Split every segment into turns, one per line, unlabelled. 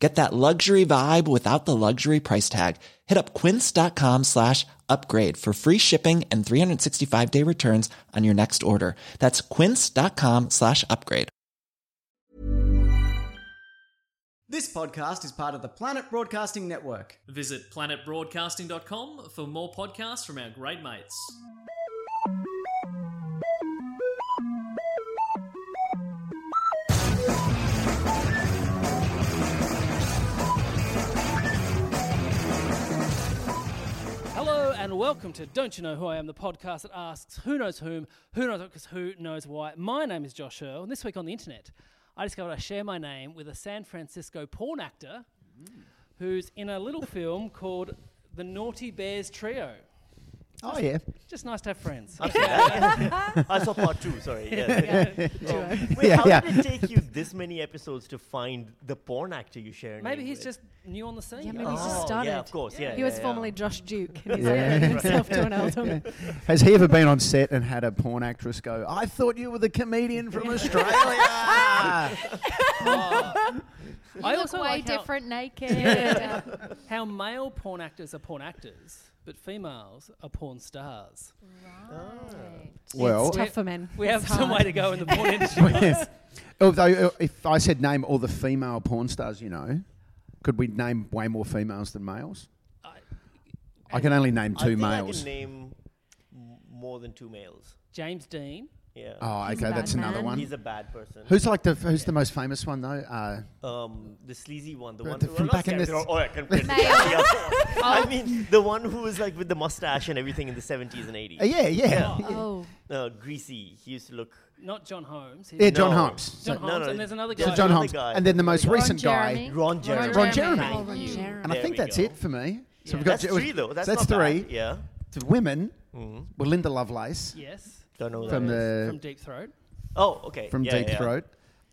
Get that luxury vibe without the luxury price tag. Hit up quince.com slash upgrade for free shipping and 365 day returns on your next order. That's quince.com slash upgrade.
This podcast is part of the Planet Broadcasting Network.
Visit planetbroadcasting.com for more podcasts from our great mates.
Hello and welcome to Don't You Know Who I Am, the podcast that asks who knows whom, who knows because who knows why. My name is Josh Earl, and this week on the internet, I discovered I share my name with a San Francisco porn actor who's in a little film called The Naughty Bears Trio.
Oh yeah.
Just nice to have friends.
I saw part two, sorry. Yeah. Oh. Wait,
Yeah,
how
yeah.
did it take you this many episodes to find the porn actor you share? a
Maybe
name
he's
with?
just new on the scene.
Yeah, maybe he's
Oh,
just
yeah,
started.
of course, yeah,
He
yeah,
was
yeah.
formerly Josh Duke. and He's
Yeah.
yeah. himself to an album.
Has he ever been on set and had a porn actress go, I thought you were the comedian from Australia?
I
look
also
way
like how-
different naked.
How male porn actors are porn actors, but females are porn stars.
well,
it's tough for men.
We
It's
have some
hard.
way to go in the porn industry.
although uh, if I said name all the female porn stars, you know, could we name way more females than males? I, can only name
I
two
think I
males.
can name m- more than two males.
James Dean.
Yeah.
Oh,
He's a
okay,
bad
that's another
man.
one.
He's a bad person.
Who's like the who's the most famous one though? Uh,
um the sleazy one? The
The-
one
the-
well,
from
not
back in
Scandal-
this-
Oh, I can pretend-
Male.
yeah, yeah. I
Oh.
mean, the one who was like with the mustache and everything in the seventies and eighties.
uh, yeah, yeah, yeah.
Oh,
Uh, greasy. He used to look.
Not John Holmes. He's
Yeah, John
No.
Holmes.
John
No,
Holmes,
no,
and there's another
there's
guy.
John
another
Holmes,
guy.
and then the most
Ron
recent
Jeremy.
guy,
Ron Jeremy.
Ron Jeremy.
oh, Ron
Thank you.
Jeremy.
and I
There
think
we
that's
go.
it for me. So we've
That's
it was-
three though. That's,
that's
not
three.
bad. Yeah.
The women
Mm-hmm.
were Linda Lovelace
Yes.
Don't know
from
that.
the
From Deep Throat.
Oh, okay.
from
yeah,
Deep
yeah.
Throat.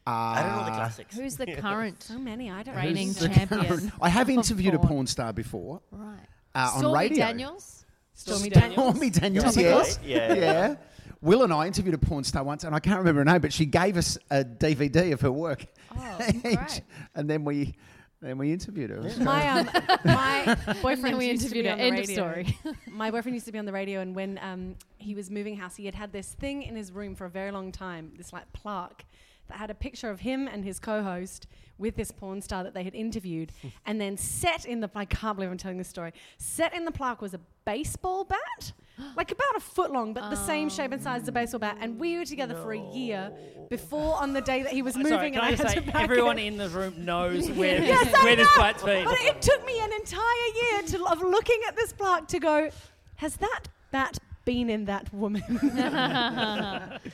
Uh,
I don't know the classics.
Who's the current
so many. I don't
reigning
know.
champion?
I have
of
interviewed a porn star before
Right.
uh, on
Stormy
radio.
Daniels.
Stormy
Stormy Daniels,
That's
yes.
right, yeah, yeah.
Will and I interviewed a porn star once, and I can't remember her name, but she gave us a DVD of her work.
Oh,
And-
great.
And then we, then we interviewed her. So-
My um, my boyfriend
Then we
used to be
interviewed her.
on the
End of
radio.
story.
my boyfriend used to be on the radio, and when um, he was moving house, he had had this thing in his room for a very long time, this like plaque that had a picture of him and his co-host with this porn star that they had interviewed, and then set in the I can't believe I'm telling this story. Set in the plaque was a baseball bat. Like about a foot long, but the same shape and size as a baseball bat. And we were together for a year before on the day that he was moving.
Sorry,
and
can I just
had
say
to back
everyone
it.
in the room knows where
Yes,
this,
I
where this
know.
fight's been.
But it took me an entire year to, of looking at this plaque to go, has that bat been in that woman?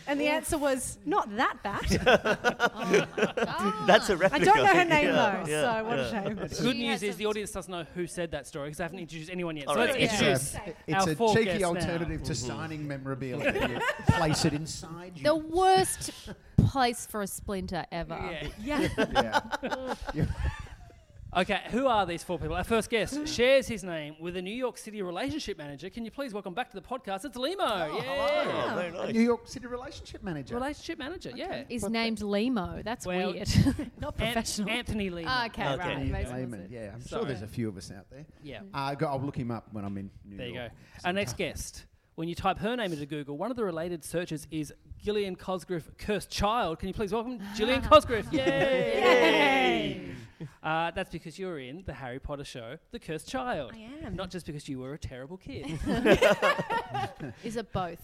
and the answer was, not that bat.
That's a
I
replica.
don't know her name
Yeah,
though,
yeah,
so what
yeah.
a shame.
Good
She
news
has
is
a-
the audience doesn't know who said that story because I haven't introduced anyone yet.
All
so
right.
let's
It's,
a-
introduce.
it's
our
a
four
cheeky
guests
alternative
Mm-hmm.
now.
to signing memorabilia. you place it inside you.
The worst place for a splinter ever.
Yeah.
Yeah.
yeah.
Okay, who are these four people? Our first guest shares his name with a New York City relationship manager. Can you please welcome back to the podcast? It's Limo. yeah.
Oh, very nice.
New York City relationship manager.
Relationship manager, yeah.
Is named Limo. That's
Well-
weird.
Not
professional.
Anthony Limo.
okay,
Okay.
right.
Amy
Amazing,
Lehman,
wasn't it?
Yeah, I'm
Sorry.
sure there's a few of us out there.
Yeah.
Uh, go, I'll look him up when I'm in New
There you go.
York.
Our next guest. When you type her name into Google, one of the related searches is Gillian Cosgrove Cursed Child. Can you please welcome Gillian Cosgrove? Yay! Uh, that's because you were in the Harry Potter show, The Cursed Child.
I am.
Not just because you were a terrible kid.
Is it both?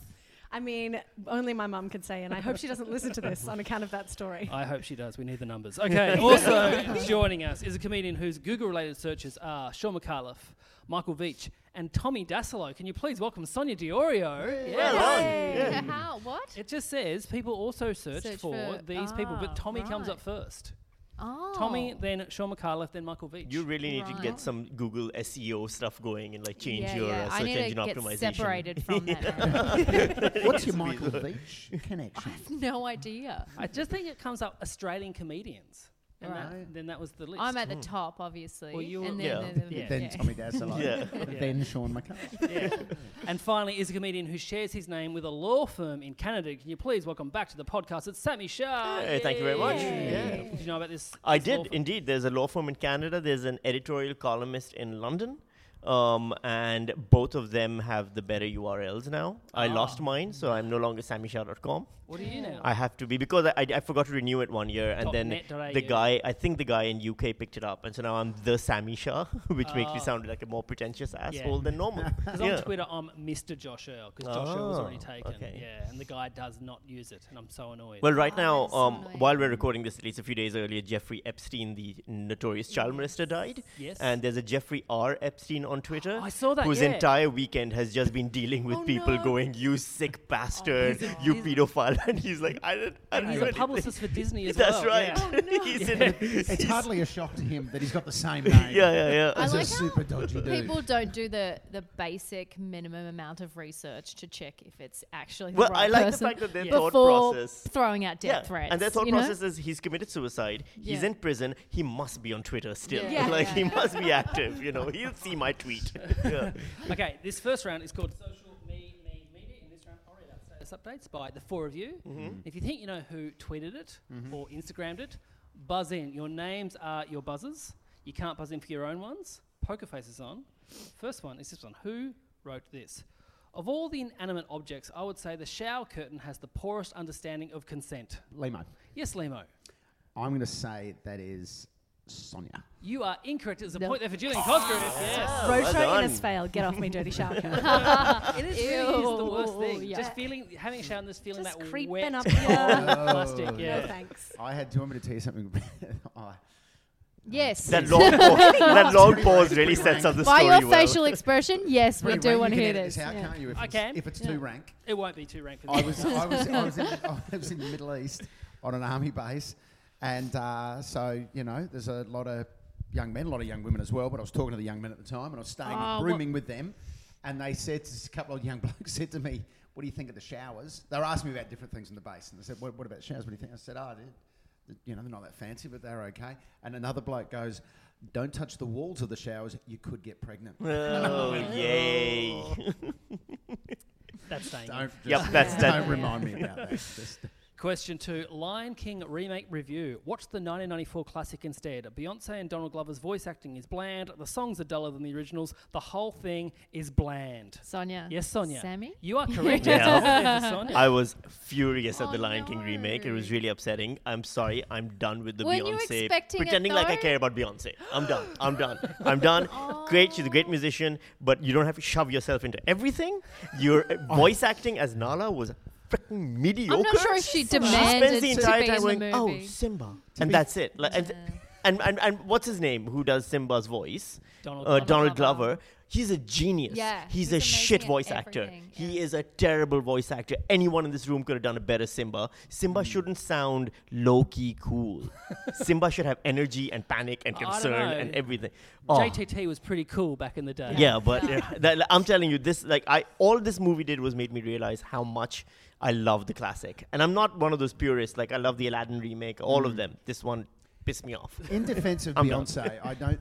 I mean, only my mum could say, and I hope she doesn't listen to this on account of that story.
I hope she does. We need the numbers. Okay. also joining us is a comedian whose Google-related searches are Sean McAuliffe, Michael Veach, and Tommy Dasilo. Can you please welcome Sonia Diorio?
Well done. Yeah.
How? What?
It just says people also search,
Search
for,
for-
these people, but
ah,
Tommy comes
right.
up first.
Oh.
Tommy, then Sean McAuliffe, then Michael Veach.
You really need to
Right.
get some Google SEO stuff going and like change
yeah,
your
yeah.
uh,
I
search
need
engine
to
optimization.
get separated from that.
What's your Michael Beach connection?
no idea.
I just think it comes up Australian comedians. And that-
Right.
then that was the list.
I'm at the top, obviously.
Well, you
and
were-
then,
Yeah.
the- the-
Yeah.
Then
yeah.
Tommy Dazzler.
Yeah.
Then Sean McCarthy.
Yeah. and finally, is a comedian who shares his name with a law firm in Canada. Can you please welcome back to the podcast? It's Sammy Shah.
Hey, thank you very much.
Yay.
Yeah.
Did you know about this?
I
this law
did
firm?
indeed. There's a law firm in Canada. There's an editorial columnist in London, um, and both of them have the better URLs now. I lost mine, so I'm no longer SammyShaw.com.
What are you now?
I have to be because I, I, I forgot to renew it one year, and
Dot
then
net dot
the
au.
guy I think the guy in UK picked it up, and so now I'm the Sammy Shah, which makes
Oh.
me sound like a more pretentious asshole than normal.
Because on Twitter, I'm Mr. Josh Earl because Josh Earl was already
Oh,
taken.
okay.
Yeah, and the guy does not use it, and I'm so annoyed.
Well, right
Oh,
now,
that's so
um,
annoying.
while we're recording this, at least a few days earlier, Jeffrey Epstein, the notorious child molester, died.
Yes.
And there's a Jeffrey R. Epstein on Twitter.
I saw that,
Whose
yeah.
entire weekend has just been dealing with
Oh,
people
no.
going, "You
Oh,
sick bastard,
he's a-
you
he's-
pedophile," and he's like, "I didn't." I
and
didn't
he's
do
a
anything."
publicist for Disney as
That's
well.
right.
yeah. Oh,
he's in it.
It's hardly a shock to him that he's got the same name.
Yeah, yeah, yeah.
I
As a
like how
super dodgy dude.
People don't do the, the basic minimum amount of research to check if it's actually the
Well,
right
I like the
person
fact that their
before
thought process-
throwing out death threats.
And their thought
you know?
process is he's committed suicide. He's
Yeah.
in prison. He must be on Twitter still.
Yeah. Yeah,
like
yeah,
he
yeah.
must be active. You know, he'll see my tweet. yeah.
Okay, this first round is called Social Me Me Media. In this round, I'll read out status updates by the four of you. If you think you know who tweeted it or Instagrammed it, buzz in. Your names are your buzzers. You can't buzz in for your own ones. Poker faces on. First one is this one. Who wrote this? Of all the inanimate objects, I would say the shower curtain has the poorest understanding of consent.
Limo.
Yes, Limo.
I'm going to say that is Sonia.
You are incorrect. There's a
No.
point there for Julian Cosgrove. Yes.
Road
well
show in
done.
has failed. Get off me, dirty shark.
It is, really is the worst
Ew,
thing.
yeah.
Just feeling, having a shower and just feeling
Just
that
creeping
wet
up your.
plastic.
No
Yeah.
thanks.
I had. Do you want me to tell you something? Oh, I-
Yes.
That long pause, that long pause really sets up the
By
story
your
well.
facial expression, yes, we
Pretty
do
rank,
want to
you can
hear
edit
this.
out,
yeah.
can't you? If
I
it's,
can.
If it's too rank.
It won't be too rank for
I
this.
was, I was, I was, in, I was in the Middle East on an army base, and uh, so you know, there's a lot of young men, a lot of young women as well. But I was talking to the young men at the time, and I was staying
Oh,
rooming with them, and they said a couple of young blokes said to me, "What do you think of the showers?" They were asking me about different things in the base, and they said, "What, what about showers? What do you think?" I said, "Oh, they're, you know, they're not that fancy, but they're okay." And another bloke goes. Don't touch the walls of the showers. You could get pregnant.
Oh, yay.
That's saying. it.
Don't, just,
Yep, that's
don't
that.
remind me about that. Just-
Question two: Lion King remake review. Watch the 1994 classic instead. Beyonce and Donald Glover's voice acting is bland. The songs are duller than the originals. The whole thing is bland.
Sonia.
Yes, Sonia.
Sammy?
You are correct.
Yeah.
It's all there for Sonia.
I was furious at the
Oh,
Lion King remake. It was
no.
really upsetting. I'm sorry. I'm done with the
Weren't you
Beyonce.
expecting it,
pretending like I
though?
care about Beyonce. I'm done. I'm done. I'm done. Great. She's a great musician, but you don't have to shove yourself into everything. Your uh, voice acting as Nala was freaking mediocre.
I'm not sure if she
spends
demanded
the
to
entire
be
time
in
going,
the
"Oh,
movie."
Simba," and that's it. Like, and, and, and and what's his name? Who does Simba's voice?
Donald
uh,
Glover.
Donald Glover.
Glover.
He's a genius.
Yeah,
he's,
he's
a
amazing
shit
at
voice actor.
everything,
He
yeah.
is a terrible voice actor. Anyone in this room could have done a better Simba. Simba shouldn't sound low key cool. Simba should have energy and panic and
I don't
concern
know.
and everything. Oh.
JTT was pretty cool back in the day.
Yeah, but uh, that, like, I'm telling you, this like I all this movie did was made me realize how much I love the classic, and I'm not one of those purists. Like I love the Aladdin remake, all of them. This one pissed me off.
In defence of
I'm done.
Beyonce, I don't.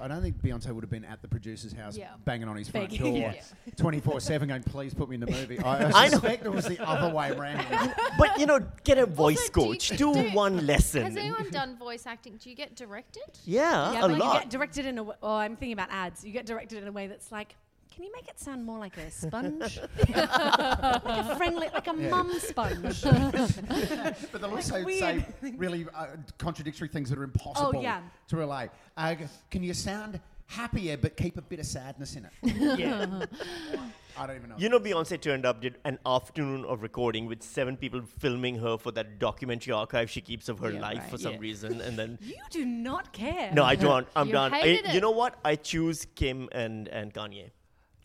I don't think Beyonce would have been at the producer's house
Yeah.
banging on his front
Begging.
door
Yeah.
24 7 going, please put me in the movie. I, I
I know.
suspect it was the other way around.
But you know, get a voice
do you-
coach,
do
do,
you-
one lesson.
Has anyone done voice acting? Do you get directed?
yeah,
Yeah,
Uh, a
but you get
lot.
directed in a. W- oh, I'm thinking about ads. You get directed in a way that's like. Can you make it sound more like a sponge? like a friendly, like a mum sponge.
But they'll also
weird
say really uh, contradictory things that are impossible
yeah.
to relay. Uh, can you sound happier but keep a bit of sadness in it?
Yeah.
I don't even know.
You know, Beyonce turned up, did an afternoon of recording with seven people filming her for that documentary archive she keeps of her
Yeah,
life
right.
for some
Yeah.
reason, and then
you do not care.
no, I don't. I'm
You
done. I,
hated
you
it.
know what? I choose Kim and and Kanye.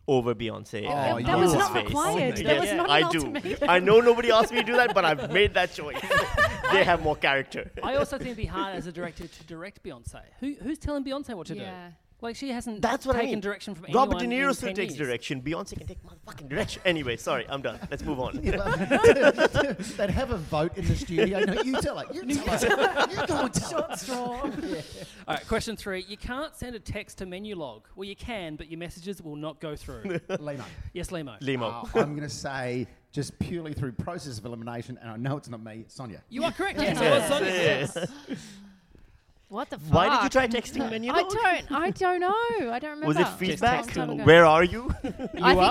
over Beyonce.
Oh,
and
that
that was
was
Beyoncé's
not
you not face.
required.
required.
That
Yes,
was not
I do. I know nobody asked me to do that, but I've made that choice. they have more character.
I also think it'd be hard as a director to direct Beyonce. Who, who's telling Beyonce what to
Yeah.
do? Like she hasn't
That's what
taken
I mean.
direction from
Robert De
anyone
Niro
in
still
10
takes
years.
direction. Beyonce can take motherfucking direction. Anyway, sorry, I'm done. Let's move on.
They'd have a vote in the studio. No, you tell it. You tell it. You go and tell it.
straw.
All right, question three. You can't send a text to menu log. Well, you can, but your messages will not go through.
Limo.
yes, Limo.
Limo.
Uh, I'm going to say just purely through process of elimination, and I know it's not me, it's Sonia.
you are correct. Yes,
Yeah.
it was Sonia.
What the fuck?
Why did you try texting menu?
I
log?
don't. I don't know. I don't remember.
Was it
Long
feedback?
time ago.
Where are you?
I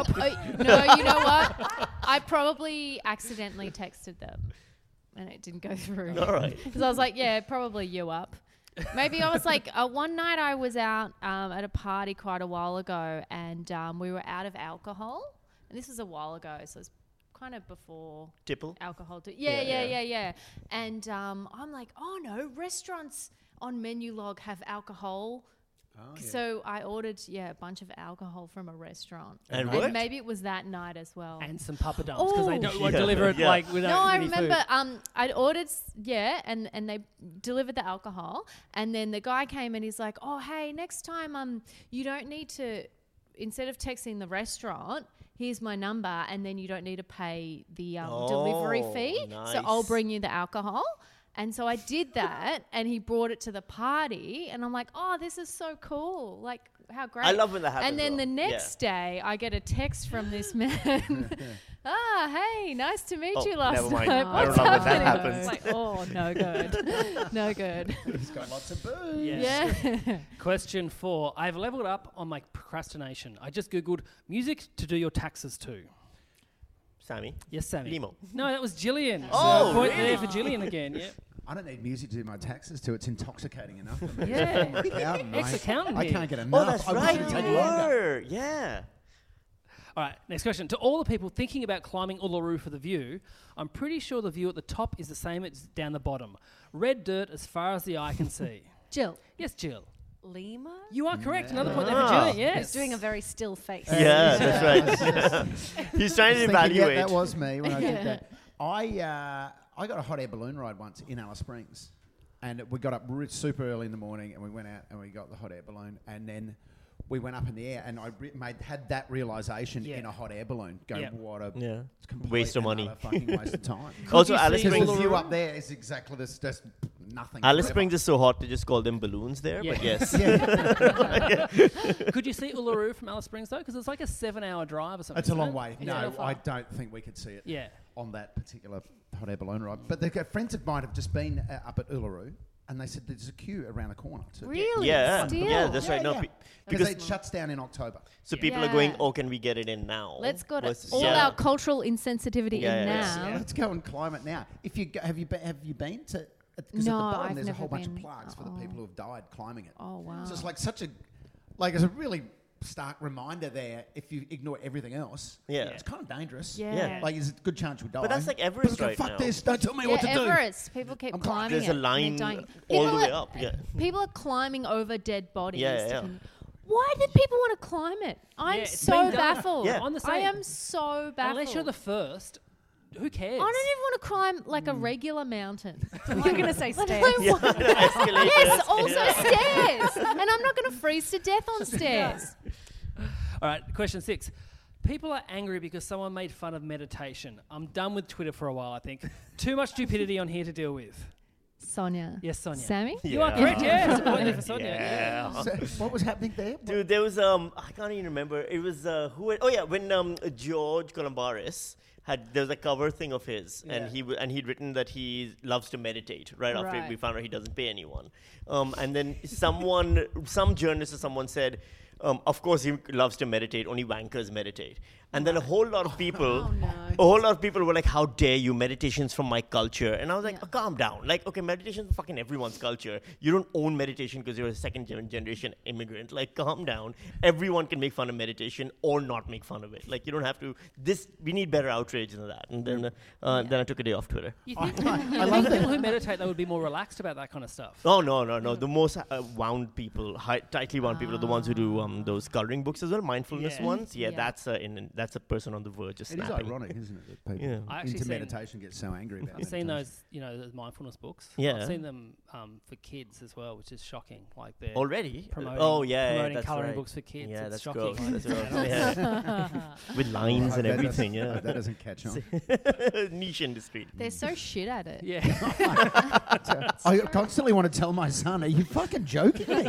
think, I- no, you know what? I probably accidentally texted them, and it didn't go through.
All right.
Because I was like, yeah, probably you up. Maybe I was like, uh, one night I was out um, at a party quite a while ago, and um, we were out of alcohol, and this was a while ago, so it's kind of before
Tipple.
alcohol. To, yeah,
Yeah.
yeah, yeah, yeah, And um, I'm like, oh no, restaurants on menu log have alcohol. So I ordered, yeah, a bunch of alcohol from a restaurant.
And it worked?
maybe it was that night as well.
And some Papa Dumps because they
Oh.
don't want
Yeah,
to deliver it
yeah.
like without
no, I
any
remember.
food.
Um, I'd ordered, s- yeah, and and they delivered the alcohol, and then the guy came and he's like, "Oh, hey, next time, um, you don't need to, instead of texting the restaurant, here's my number, and then you don't need to pay the um, delivery
Oh,
fee. So I'll
nice.
bring you the alcohol." And so I did that, and he brought it to the party, and I'm like, "Oh, this is so cool! Like, how great!"
I love when that happens.
And then
though.
the
Yeah.
next day, I get a text from this man. ah, hey, nice to meet
Oh,
you last
never mind.
night.
I don't
What's
know when that
happening?"
happens.
It's like, oh, no good. no good.
He's got lots of booze.
Yeah.
Question four. I've leveled up on my procrastination. I just Googled music to do your taxes to.
Sammy.
Yes, Sammy.
Limo.
No, that was Gillian.
Oh,
so point
really?
there for Gillian again. Yep.
I don't need music to do my taxes to. It's intoxicating enough. For me.
Yeah.
I'm an accountant, mate.
Ex-accountant
I
here.
can't get enough.
Oh, that's
I wish
right.
it'd
You
take longer.
were. Yeah.
All right, next question. To all the people thinking about climbing Uluru for the view, I'm pretty sure the view at the top is the same as down the bottom. Red dirt as far as the eye can see.
Jill.
Yes, Jill.
Lima?
You are correct. Another point there for
Ah.
Gillian. Yes.
He's doing a very still face.
Yeah, that's right. He's trying to
Just thinking, yeah,
evaluate.
that was me when I did that. I uh, I got a hot air balloon ride once in Alice Springs, and we got up re- super early in the morning, and we went out and we got the hot air balloon, and then we went up in the air, and I re- made, had that realization
Yeah.
in a hot air balloon. Go,
Yeah.
what a
Yeah.
complete
Waste of
and
money."
utter fucking waste of time.
also,
you
Alice
see
Because
Springs.
the
Cool.
view up there is exactly this, just nothing.
Alice
forever.
Springs is so hot to just call them balloons there, but
Yeah.
yes.
Could you see Uluru from Alice Springs though? Because it's like a seven-hour drive or something.
It's a
isn't
long
it?
way.
Is
no,
it?
I don't think we could see it.
Yeah.
on that particular hot air balloon ride. But the friends of mine have just been uh, up at Uluru, and they said there's a queue around the corner. To
Really?
Yeah,
Still.
yeah, that's right. No,
yeah.
pe- because
Because it shuts down in October.
so people are going,
Yeah.
oh, can we get it in now?
Let's go to
Versus-
all
yeah.
our cultural insensitivity
Yeah,
in
yeah, yeah.
now.
Let's go and climb it now. If you go, have you been, have you been to? Because
No,
at the bottom
I've
there's a
never
whole bunch of
been.
plaques for the
Oh.
people who have died climbing it.
Oh, wow.
So it's like such a, like it's a really stark reminder there. If you ignore everything else,
Yeah.
it's kind of dangerous.
Yeah. Yeah.
like there's a good chance you'll die.
that's like Everest
People go,
right
Fuck
now."
this! Don't tell me
Yeah,
what to do.
Everest. People keep
I'm cl-
climbing.
There's a
it, and they
line
don't-
all the
People
way
are-
up. Yeah.
People are climbing over dead bodies.
Yeah,
to
yeah.
con- Why did people want to climb it? I'm
Yeah, it's
so
been done.
baffled.
Yeah.
On the
I
same.
am so baffled.
Unless you're the first, who cares?
I don't even want to climb like a regular mountain.
You're going to say
Like,
stairs.
I want-
Escalators.
yes, also stairs. And I'm not going to freeze to death on stairs.
All right, question six. People are angry because someone made fun of meditation. I'm done with Twitter for a while, I think. Too much stupidity on here to deal with.
Sonia.
Yes, Sonia.
Sammy?
You are correct,
Yeah.
yes. Point there for Sonia.
Yeah.
So what was happening there?
Dude, there was um, I can't even remember. It was uh, who? Had, oh yeah, when um, George Columbaris had there was a cover thing of his, and he w- and he'd written that he loves to meditate. Right, after
Right.
we found out he doesn't pay anyone, um, and then someone, some journalist or someone said. Um, of course, he loves to meditate. Only wankers meditate, and then a whole lot of
Oh,
people, a whole lot of people were like, "How dare you? Meditation's from my culture." And I was like,
Yeah.
"Calm down. Like, okay, meditation's fucking everyone's culture. You don't own meditation because you're a second gen- generation immigrant. Like, calm down. Everyone can make fun of meditation or not make fun of it. Like, you don't have to. This we need better outrage than that." And then, uh,
Mm.
then I took a day off Twitter.
You think, you think people who meditate, they would be more relaxed about that kind of stuff.
Oh no, no, no. The most uh, wound people, hi- tightly wound people, are the ones who do um, those coloring books as well, mindfulness
Yeah.
ones. Yeah,
Yeah.
that's a in, that's a person on the verge of
It is
snapping.
ironic, isn't it? That people
Yeah.
I actually
into
seen-
meditation get so angry about.
I've seen
meditation.
those, you know, those mindfulness books.
Yeah.
I've seen them um, for kids as well, which is shocking. Like they're
Already?
promoting,
oh yeah, yeah,
promoting
that's
coloring
right.
books for kids.
Yeah,
it's
that's
shocking.
gross.
Like,
That's
it's
gross.
not-
Yeah. With lines and
That doesn't-
everything. Yeah,
that doesn't catch on.
niche industry.
They're so shit at it.
yeah.
I constantly want to tell my son, "Are you fucking joking me?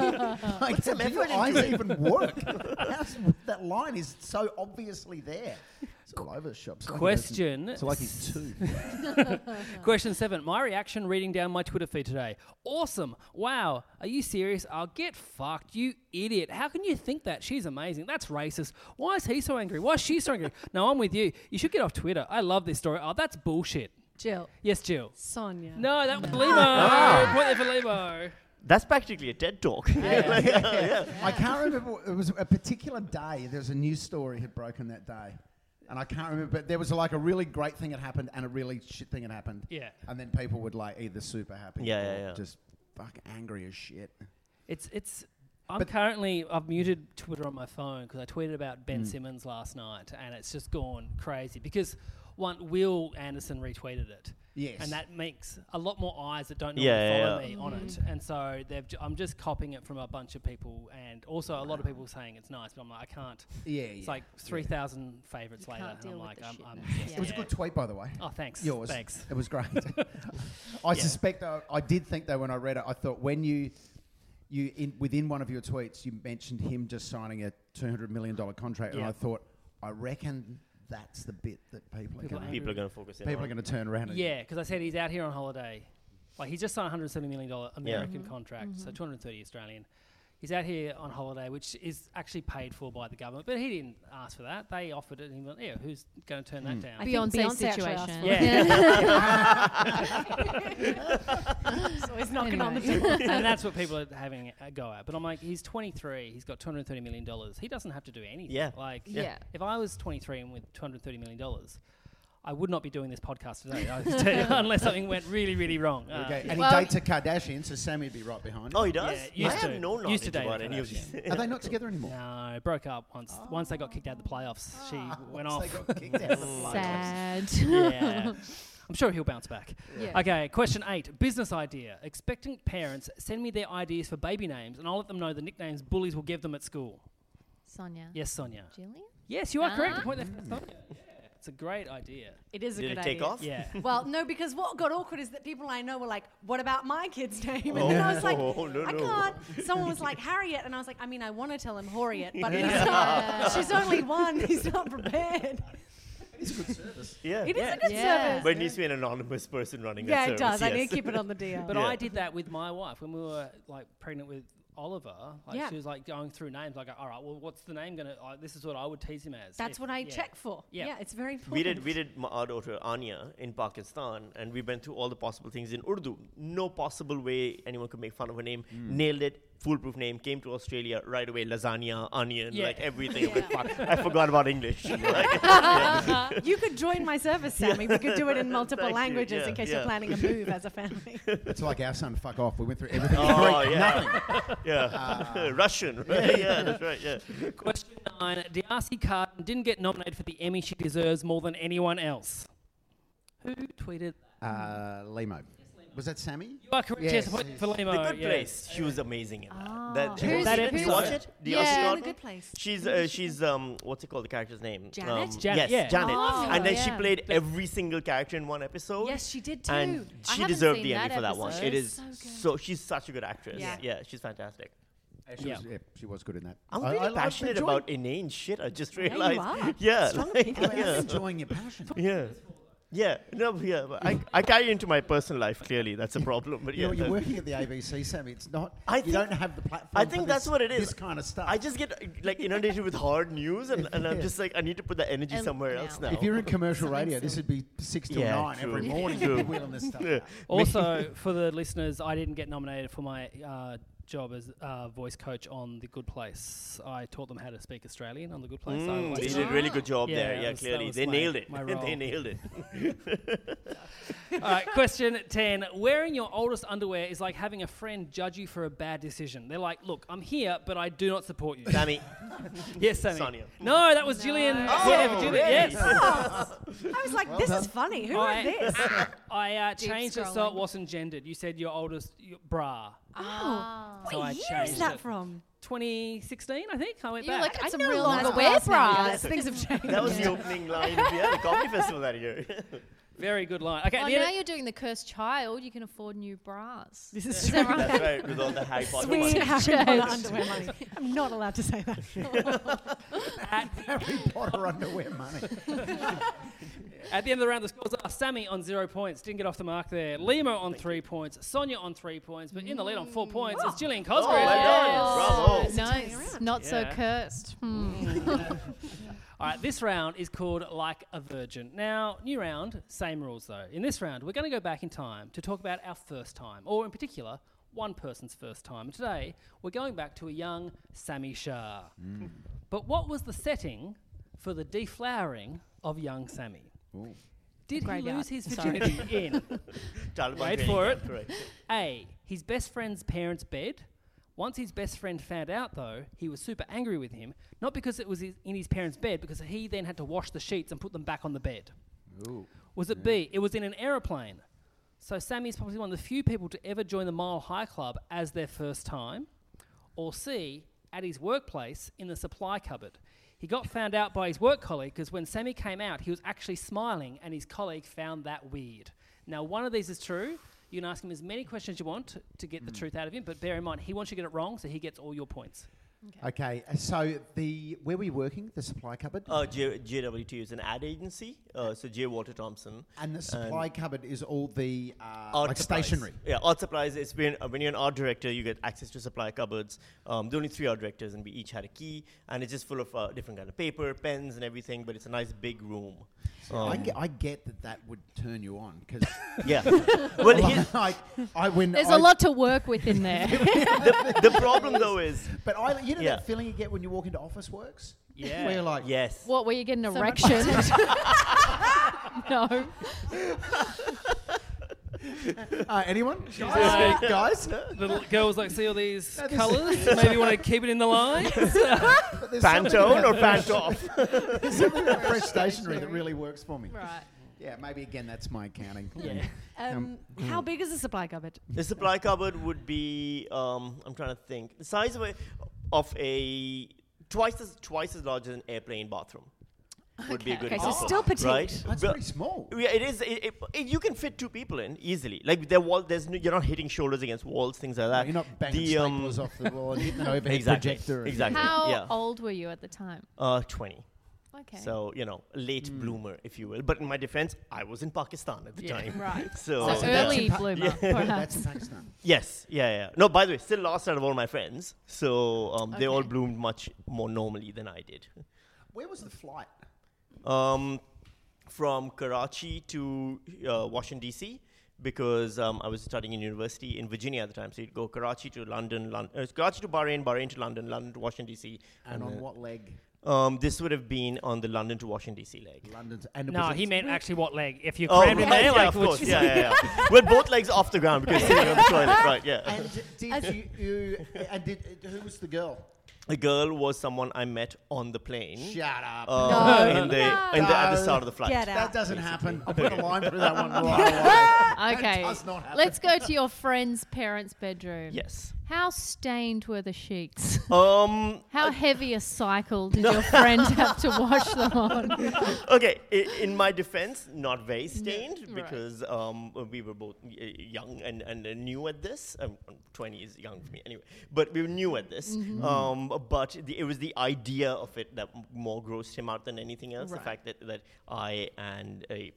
like,
some
do your
effort into
eyes
it.
even work? How's- that line is so obviously there. It's all over the shop. It's like he
Question.
knows- It's like he's two.
Question seven. My reaction reading down my Twitter feed today. Awesome. Wow. Are you serious? I'll get fucked. You idiot. How can you think that? She's amazing. That's racist. Why is he so angry? Why is she so angry? No, I'm with you. You should get off Twitter. I love this story. Oh, that's bullshit.
Jill.
Yes, Jill.
Sonia.
No, that was Lebo. Point there for Lebo.
That's practically a TED talk.
I can't remember. what- It was a particular day. There's a news story had broken that day, and I can't remember. But there was like a really great thing had happened and a really shit thing had happened.
Yeah.
And then people would like either super happy,
Yeah,
or
yeah, yeah.
just fuck angry as shit.
It's it's. I'm
But-
currently I've muted Twitter on my phone because I tweeted about
Mm.
Ben Simmons last night, and it's just gone crazy because one Will Anderson retweeted it.
Yes.
and that makes a lot more eyes that don't normally
Yeah, yeah,
follow
yeah.
me on it,
Mm.
and so they've. Ju- I'm just copying it from a bunch of people, and also a lot of people saying it's nice, but I'm like I can't.
Yeah,
It's
yeah,
like three thousand favorites
You
later, and
can't
I'm
deal with
like
the
I'm.
shit
I'm
now.
just-
Yeah.
It was a good tweet, by the way.
Oh, thanks.
Yours.
Thanks.
It was great. I suspect I, I did think though when I read it, I thought when you you in, within one of your tweets you mentioned him just signing a two hundred million dollar contract, and
Yeah.
I thought I reckon that's the bit that people are
People
going
are
People are going to focus in
people are
on.
going to turn around. And
Yeah, because I said he's out here on holiday. Like he just signed a hundred seventy million dollar
Yeah.
American
Mm-hmm.
contract, so two hundred thirty Australian. He's out here on holiday, which is actually paid for by the government, but he didn't ask for that. They offered it, and he went, "Yeah, who's going to turn
Hmm.
that down?"
I think
Beyonce,
Beyonce actually asked
situation.
for
it.
so he's knocking on the
Anyway.
door.
and that's what people are having a go at. But I'm like, he's 23. He's got 230 million dollars. He doesn't have to do anything.
Yeah.
Like,
Yeah. Yeah.
If I was 23 and with 230 million dollars, I would not be doing this podcast today. I tell you, unless something went really, really wrong. Uh,
Okay. And
Well-
he dates a Kardashian, so Sammy would be right behind.
Oh,
him.
he does.
Yeah,
I
used to.
have no knowledge
Used to date
about
a
any of
Kardashian.
these.
are they not together anymore?
No, broke up once. Once they got kicked out of the playoffs, she
Ah.
went
So
off.
they got kicked out of the playoffs.
Sad.
yeah. I'm sure he'll bounce back.
Yeah.
Okay, question eight business idea. Expectant parents send me their ideas for baby names, and I'll let them know the nicknames bullies will give them at school.
Sonia.
Yes, Sonia.
Jillian?
Yes, you are
Ah.
correct. Point there for Sonia. Yeah, it's a great idea.
It is a
Did
good
it take
idea.
off?
Yeah.
Well, no, because what got awkward is that people I know were like, "What about my kid's name?" And then I was like,
Oh, no,
"I
no.
can't." Someone was like Harriet, and I was like, "I mean, I want to tell him Harriet, but he's not. She's only one. He's not prepared.
Yeah.
It is a good
Yeah.
service."
But it needs to be an anonymous person running
yeah,
that
it
service,
does. I need
yes.
to keep it on the DL.
But
Yeah.
I did that with my wife when we were like pregnant with Oliver. Like
Yeah.
she was like going through names. Like, all right, well, what's the name gonna? Like, this is what I would tease him as.
That's
if-
what I
yeah.
check for.
Yeah.
Yeah. it's very important.
We did, we did my, our daughter Anya in Pakistan, and we went through all the possible things in Urdu. No possible way anyone could make fun of her name. Nailed it, foolproof name. Came to Australia right away. Lasagna, onion,
Yeah.
like everything. Like, fuck, I forgot about English. Like,
You could join my service, Sammy. We could do it in multiple
Thank you.
languages
Yeah,
in case
yeah.
you're planning a move as a family.
It's like our son, fuck off. We went through everything.
oh yeah, yeah, Russian. Right? Yeah, that's right. Yeah.
Question nine: Darcy Carden didn't get nominated for the Emmy she deserves more than anyone else. Who tweeted? that?
Uh, Limo. Was that Sammy?
You are correct. Yes,
Yes,
point
yes.
for Limo.
The Good
yes.
Place. She was amazing in that.
Ah.
that, did you
Who's-
watch it?
who's-
Did you watch
Yeah.
it? The
Yeah. She's in
astronaut
The
one?
Good Place.
She's uh, she's um what's it called the character's name?
Janet?
Um,
Janet,
yes,
yeah.
Janet.
Oh,
and then she
yeah.
played every single character in one episode.
Yes, she did too.
and
I
she
haven't
deserved
seen
the Emmy
that
for that one.
episode.
It is
It's
so,
so good.
she's such a good actress. Yeah,
Yeah.
she's fantastic.
She
Yeah.
was, yeah, she was good in that.
I'm
I-
really
I- I've
passionate
enjoyed-
about inane shit. I just
you
realized.
are.
Yeah,
Strong
like,
opinion.
I mean, I'm
yeah,
enjoying your passion.
yeah, yeah. No, but yeah. But I, I carry it into my personal life. Clearly, that's a problem. But
You
yeah,
know, you're
that-
working at the ABC, Sammy. It's not.
I
you
think-
don't have the platform.
I
for
think that's
this-
what it is.
This kind of stuff.
I just get uh, like inundated with hard news, and, and I'm just like, I need to put the energy
And
somewhere
now.
else now.
if you're in commercial radio, this would be six till
Yeah,
nine every
true.
morning.
True.
You'd be wheeling this stuff.
Yeah.
out.
Also, for the listeners, I didn't get nominated for my uh, job as uh, voice coach on The Good Place. I taught them how to speak Australian on The Good Place. I
Mm,
was-
they did a really good job
Yeah,
there.
that
Yeah,
was- that
clearly
was
they
my-
nailed it.
my
they
role.
nailed it.
All right, question 10. Wearing your oldest underwear is like having a friend judge you for a bad decision. They're like, look, I'm here, but I do not support you.
Sammy,
yes, Sammy.
Sonia. Oh,
No, that was Gillian. yeah, for Gillian, Yes.
Oh. I was like, this is funny. Who wrote
I-
this? Oh,
I uh, changed it so it
scrolling.
wasn't gendered. You said your oldest your bra.
Oh,
Ah. So I
what year
changed
is that
it.
from?
2016, I think. I went
You're
back.
like, I
That's a
no
real
longer
nice
wear
class now, guys.
bras.
Things have changed.
that was the opening line of yeah, the comedy festival that year.
Very good line. Okay,
Oh,
the edit-
now you're doing the cursed child. You can afford new bras.
This is
Is
true.
that right?
That's right, with all the Harry Potter
Sweet
money.
Harry Potter underwear money. I'm not allowed to say that.
Harry Potter underwear money.
At the end of the round, the scores are Sammy on zero points, didn't get off the mark there. Lima on three points, Sonia on three points, but in the lead on four points is Gillian Cosgrove.
well done. Bravo.
Yes. Nice. Not so
Yeah.
cursed. Hmm.
All right, this round is called Like a Virgin. Now, new round, same rules though. In this round, we're going to go back in time to talk about our first time, or in particular, one person's first time. Today, we're going back to a young Sammy Shah. But what was the setting for the deflowering of young Sammy? Did he
Graveyard.
lose his
Sorry.
virginity in
Taliban
Wait
training
for it.
camp, Right.
A. His best friend's parents' bed. Once his best friend found out, though, he was super angry with him, not because it was his, in his parents' bed, because he then had to wash the sheets and put them back on the bed. Was it B? It was in an aeroplane. So Sammy is probably one of the few people to ever join the Mile High Club as their first time. Or C, at his workplace in the supply cupboard. He got found out by his work colleague because when Sammy came out, he was actually smiling and his colleague found that weird. Now, one of these is true. You can ask him as many questions you want to get the truth out of him, but bear in mind, he wants you to get it wrong, so he gets all your points.
Okay, uh, so the where were you working? The supply cupboard.
Uh, J- JWT is an ad agency. Uh, so J. Walter Thompson.
and the
um,
supply cupboard is all the uh,
Art
like
supplies.
stationery.
Yeah, art supplies. It's been uh, when you're an art director, you get access to supply cupboards. Um, there were only three art directors, and we each had a key, and it's just full of uh, different kind of paper, pens, and everything. But it's a nice big room.
I,
Um,
get, I get that that would turn you on because
yeah. well, here's-
like I when
There's
I-
a lot to work with in there.
the, the problem though is
But I, you know
Yeah.
that feeling you get when you walk into Office Works.
Yeah.
Where you're like,
uh, yes.
what, were you getting an erection? no.
uh, anyone, guys, guys.
The little girls like see all these
No, this-
colours. Maybe want to keep it in the line.
But there's something
Pantone
about-
or Pantoff?
there's something about fresh stationery that really works for me.
Right.
Yeah, maybe again that's my accounting.
Yeah.
Um, how big is the supply cupboard?
The supply cupboard would be, um, I'm trying to think, the size of a, of a twice as twice as large as an airplane bathroom. Would be a good
okay, so
example,
still petite.
Right?
That's
Well,
pretty small.
Yeah, it is. It, it- it- you can fit two people in easily. Like there wall, there's no, you're not hitting shoulders against walls, things like that.
You're not banging
Uh, The, um,
staples off the wall and hitting an overhead
exactly,
projector. and-
Exactly.
How
yeah.
old were you at the time?
Uh, twenty.
Okay.
So you know, late
Hmm.
bloomer, if you will. But in my defense, I was in Pakistan at the time.
right.
So,
So
so that's
early
impo-
bloomer,
uh, Yeah.
That's
perhaps.
in Pakistan.
yes, yeah, yeah. No, by the way, still lost out of all my friends. So um, they all
Okay.
bloomed much more normally than I did.
Where was the flight?
um, from Karachi to uh, Washington D.C. because um, I was studying in university in Virginia at the time. So you'd go Karachi to London, Lon- uh, Karachi to Bahrain, Bahrain to London, London to Washington D.C.
And, on
then-
what leg?
Um, this would have been on the London to Washington D.C. leg.
London's. And it
No,
was
he
in-
meant actually what leg? If you
Oh,
crammed in
right,
there,
yeah,
like
of
which
course, yeah, yeah, yeah. With both legs off the ground because sitting on the toilet, right? Yeah.
And did you, you? And did uh, who was the girl?
The girl was someone I met on the plane.
Shut up.
uh,
No.
in the, in the at the
No.
start of the flight.
Get
that
out.
doesn't happen. I'll put a line through that one right away.
Okay.
does not happen.
Let's go to your friend's parents' bedroom.
Yes.
How stained were the sheets?
Um,
How heavy a cycle did your friend have to wash them on?
okay, i- in my defense, not very stained
right.
because um, we were both y- y- young and, and uh, new at this. Um, um, 20 is young for me anyway, but we were new at this.
Mm-hmm.
Um, but the, it was the idea of it that m- more grossed him out than anything else. The fact that, that I and a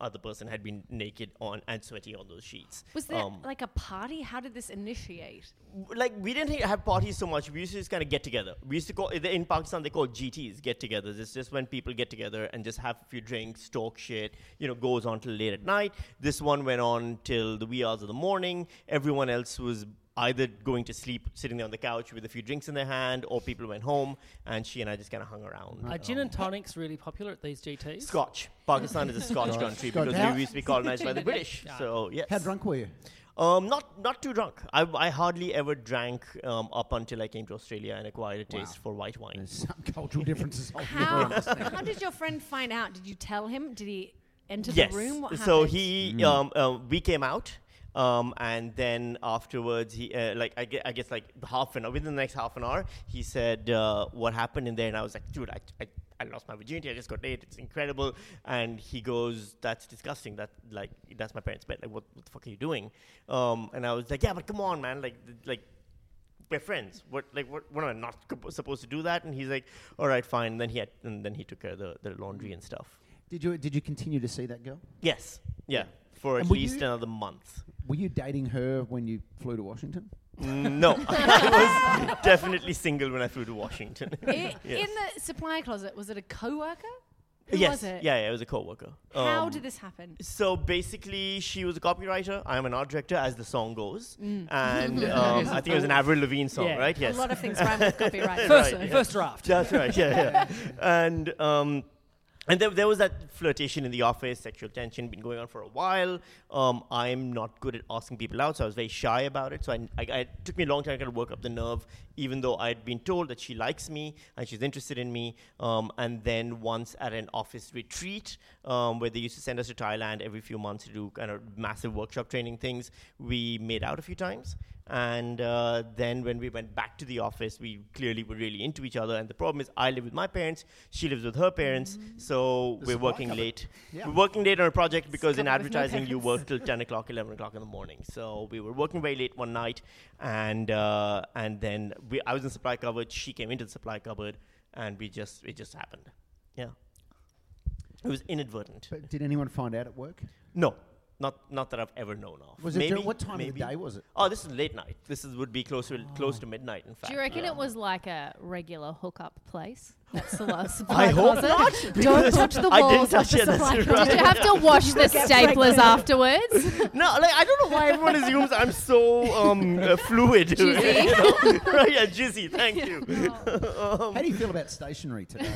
other person had been naked on and sweaty on those sheets.
Was there
Um,
like a party? How did this initiate?
w- like we didn't ha- have parties so much. We used to just kind of get together. We used to call i- in Pakistan they call GTs get-togethers. It's just when people get together and just have a few drinks, talk shit. You know, goes on till late at night. This one went on till the wee hours of the morning. Everyone else was either going to sleep sitting there on the couch with a few drinks in their hand, or people went home, and she and I just kind of hung around.
Are gin and tonics really popular at these GTs?
Scotch. Pakistan is a Scotch country
Scotch.
because
How-
we used to be colonized by the British. So yes.
How drunk were you?
Um, not not too drunk. I, I hardly ever drank um, up until I came to Australia and acquired a taste for white wine.
There's some cultural differences. I'll never
How,
understand.
how did your friend find out? Did you tell him? Did he enter
Yes.
the room? What
so
happened?
he um, um, we came out. Um, and then afterwards, he uh, like I guess, I guess like half an hour within the next half an hour, he said uh, what happened in there, and I was like, dude, I, I, I lost my virginity. I just got laid. It's incredible. And he goes, that's disgusting. That like that's my parents' bed. Like what, what the fuck are you doing? Um, and I was like, yeah, but come on, man. Like th- like we're friends. What like what, what am I not compo- supposed to do that? And he's like, all right, fine. And then he had, and then he took care of the, the laundry and stuff.
Did you did you continue to see that girl?
Yes. Yeah. For
And
at
were
least
you-
another month.
Were you dating her when you flew to Washington?
No, I was definitely single when I flew to Washington.
I-
Yes.
in the supply closet. Was it a coworker? Who
yes.
was it?
Yeah, yeah, it was a coworker.
How
Um,
did this happen?
So basically, she was a copywriter. I am an art director, as the song goes, and um, I think it was an Avril Lavigne song,
Yeah.
right? Yes.
A lot of things rhyme with copyright.
First,
Right, yeah.
first draft.
That's right. Yeah, yeah. and um, and there, there was that flirtation in the office, sexual tension, been going on for a while. Um, I'm not good at asking people out, so I was very shy about it. So I, I, I- it took me a long time to kind of work up the nerve, even though I'd been told that she likes me and she's interested in me. Um, and then once at an office retreat, um, where they used to send us to Thailand every few months to do kind of massive workshop training things, we made out a few times. And uh, then when we went back to the office, we clearly were really into each other. And the problem is, I live with my parents, she lives with her parents, so
The
we're
supply
working
cupboard.
late.
Yeah.
We're working late on a project because in
cupboard with no
advertising you
parents.
work till 10 o'clock, 11 o'clock in the morning. So we were working very late one night, and uh, and then we, I was in supply cupboard. She came into the supply cupboard, and we just it just happened. Yeah, it was inadvertent.
But did anyone find out at work?
No, not not that I've ever known of.
Was it dur- what time of the day was it?
Oh, this is late night. This is would be close to close to midnight. In fact,
Do you reckon
Yeah.
it was like a regular hookup place? That's the last supply
I hope
closet.
not.
Don't
because
touch the
I
walls.
didn't
of
touch
the
it.
supply
That's
closet.
right.
Did you have to wash the staplers afterwards?
No, like I don't know why everyone assumes I'm so um, uh, fluid.
Jizzy.
you know? right? Yeah, jizzy. Thank you.
How do you feel about stationery today?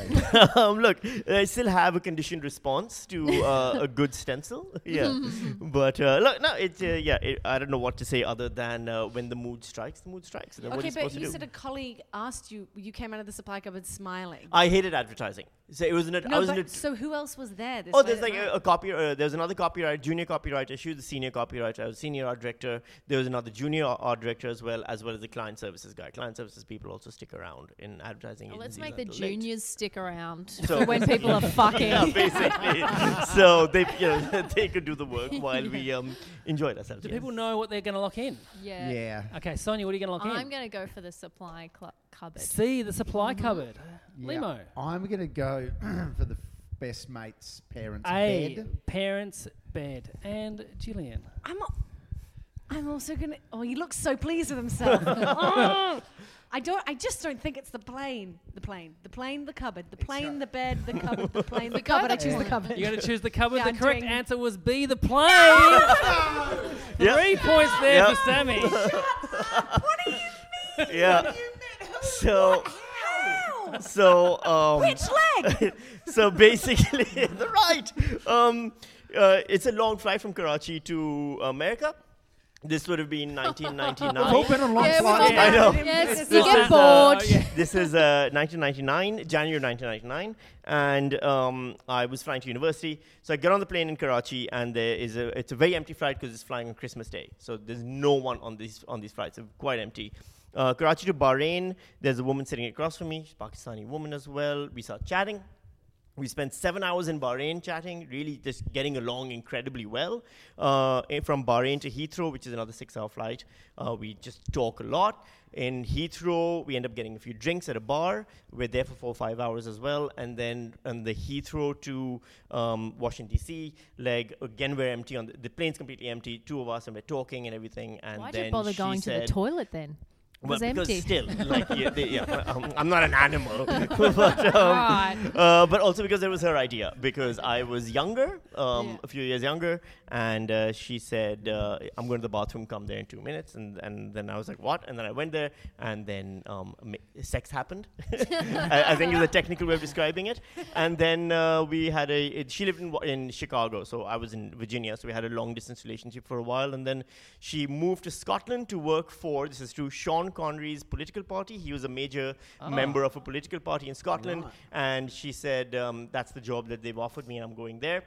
um, look, I still have a conditioned response to uh, a good stencil. Yeah, but uh, look, no, it's uh, yeah. It, I don't know what to say other than uh, when the mood strikes, the mood strikes. Then what are
okay,
you supposed
but
to
you
do?
said a colleague asked you. You came out of the supply cupboard smiling.
I hated advertising. So it was an. I
no,
was
but
in a-
so who else was there? This
Oh,
late
there's
at
like
night?
a, a copy. Uh, there's another copyright, junior copywriter. She was the senior copywriter. I was senior art director. There was another junior ar- art director as well, as well as the client services guy. Client services people also stick around in advertising.
Let's
agencies
make the
until late.
juniors stick around
So-
for when people are fucking.
Yeah, basically. so they, you know, they could do the work while we um, enjoyed ourselves.
Do
yes.
people know what they're going to lock in?
Yeah.
yeah.
Okay, Sonia, what are you going to lock
I'm
in?
going to go for the supply cl- cupboard.
See the supply
Mm-hmm.
cupboard.
Yeah.
Limo.
I'm going to go for the f- best mate's parents'
A
bed.
parents' bed and Gillian.
I'm. al- I'm also gonna. Oh, he looks so pleased with himself. Oh, I don't. I just don't think it's the plane. The plane. The plane. The cupboard. The plane. The bed. The cupboard. The plane. The cupboard. I choose the cupboard.
You're going to choose the cupboard.
Yeah,
the
I'm
correct
doing-
answer was B, the plane. Three
Yeah.
points there
Yep.
for Sammy.
yeah. So.
How?
So. Um,
Which leg?
so basically, the right. Um, uh, it's a long flight from Karachi to America. This would have been 1999.
Open and long
Yeah,
flight.
I know.
Yes,
This
you get
is, uh,
bored.
this is uh, 1999, January 1999, and um, I was flying to university. So I get on the plane in Karachi, and there is a it's a very empty flight because it's flying on Christmas Day. So there's no one on these on these flights. They're quite empty. Uh, Karachi to Bahrain. There's a woman sitting across from me. She's a Pakistani woman as well. We start chatting. We spent seven hours in Bahrain chatting, really just getting along incredibly well. Uh, eh, from Bahrain to Heathrow, which is another six hour flight, uh, we just talk a lot. In Heathrow, we end up getting a few drinks at a bar. We're there for four or five hours as well. And then on the Heathrow to um, Washington, D.C., leg, again, we're empty. On the, the plane's completely empty, two of us, and we're talking and everything. And
Why'd
then
you bother
she
going to
said,
the toilet then? was
well, because
empty.
still, like, yeah, they- yeah, um, I'm not an animal, but, um,
right.
uh, but also because it was her idea. Because I was younger, um,
Yeah.
a few years younger, and uh, she said, uh, "I'm going to the bathroom. Come there in two minutes." And and then I was like, "What?" And then I went there, and then um, ma- sex happened. I, I think is a technical way of describing it. And then uh, we had a. It, she lived in Wa- in Chicago, so I was in Virginia. So we had a long distance relationship for a while, and then she moved to Scotland to work for. This is true. Sean Connery's political party. He was a major member of a political party in Scotland, and she said um, that's the job that they've offered me, and I'm going there.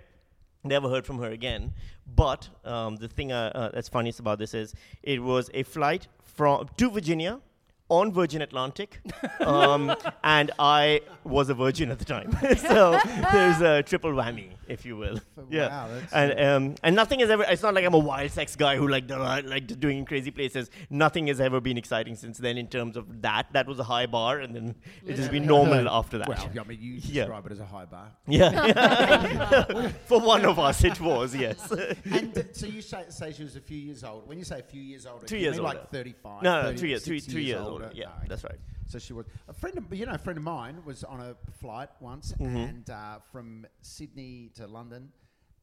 Never heard from her again. But um, the thing uh, uh, that's funniest about this is it was a flight from to Virginia on Virgin Atlantic, um, and I was a virgin at the time. so there's a triple whammy, if you will.
Wow, that's-
and um, and nothing has ever. It's not like I'm a wild sex guy who like duh, like doing in crazy places. Nothing has ever been exciting since then in terms of that. That was a high bar, and then it has been normal after that.
Well, I mean, you
Yeah.
describe it as a high bar.
Yeah, for one of us it was yes.
and th- so you say, say she was a few years old. When you say a few years older,
Two
you
years
mean
older.
like thirty-five.
No, no,
30,
two years- three-
60
three years older. Yeah,
okay.
that's right.
So she was a friend of you know a friend of mine was on a flight once and uh, from Sydney to London,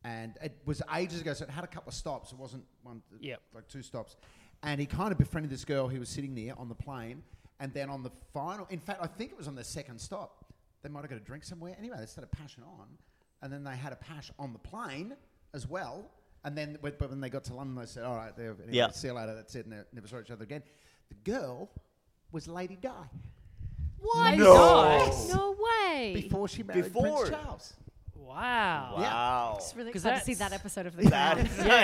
and it was ages ago. So it had a couple of stops. It wasn't one.
Yep.
like two stops, and he kind of befriended this girl who was sitting there on the plane, and then on the final. In fact, I think it was on the second stop. They might have got a drink somewhere. Anyway, they started pashing on, and then they had a pash on the plane as well. And then, but but when they got to London, they said, "All right, they're- anyway,
Yeah.
see you later." That's it. And they never saw each other again. The girl was Lady Di
What?
No.
No way.
before she married
Before.
Prince Charles.
Wow.
Wow.
It's really
'Cause
excited to see
that's-
that episode of the
That
Crown.
is, I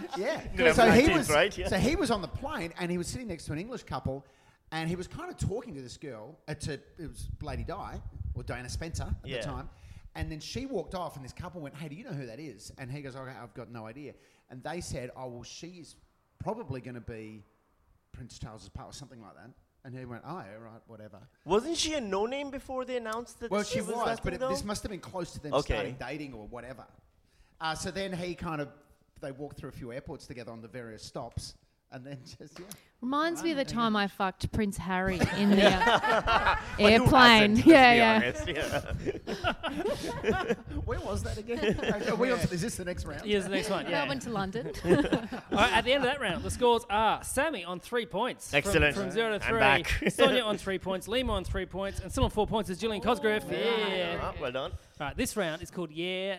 know.
Yeah.
November
so he
19th,
was
right? Yeah.
so he was on the plane and he was sitting next to an English couple, and he was kind of talking to this girl. Uh, to it was Lady Di or Diana Spencer at
Yeah.
the time, and then she walked off, and this couple went, "Hey, do you know who that is?" And he goes, "Okay, I've got no idea." And they said, "Oh well, she's probably going to be Prince Charles's part or something like that." And he went, "Oh, yeah, right, whatever."
Wasn't she a no name before they announced that
Well, she
this
was,
that
but
thing,
it,
though?
this must have been close to them
Okay.
starting dating or whatever. Uh, so then he kind of they walked through a few airports together on the various stops, and then just yeah.
Reminds me of the time I fucked Prince Harry in the uh,
But who hasn't,
airplane.
let's
yeah,
be
yeah.
honest, yeah.
Where was that again? Are we on to- is this the next round?
Here's the next one. Yeah.
Melbourne to London.
All right, at the end of that round, the scores are Sammy on three points. from-
Excellent.
From, zero to
I'm
three.
back.
Sonia on three points. Lima on three points. And still on four points is Gillian Cosgrove. Yeah.
Uh-huh, well done.
All right, this round is called Yeah.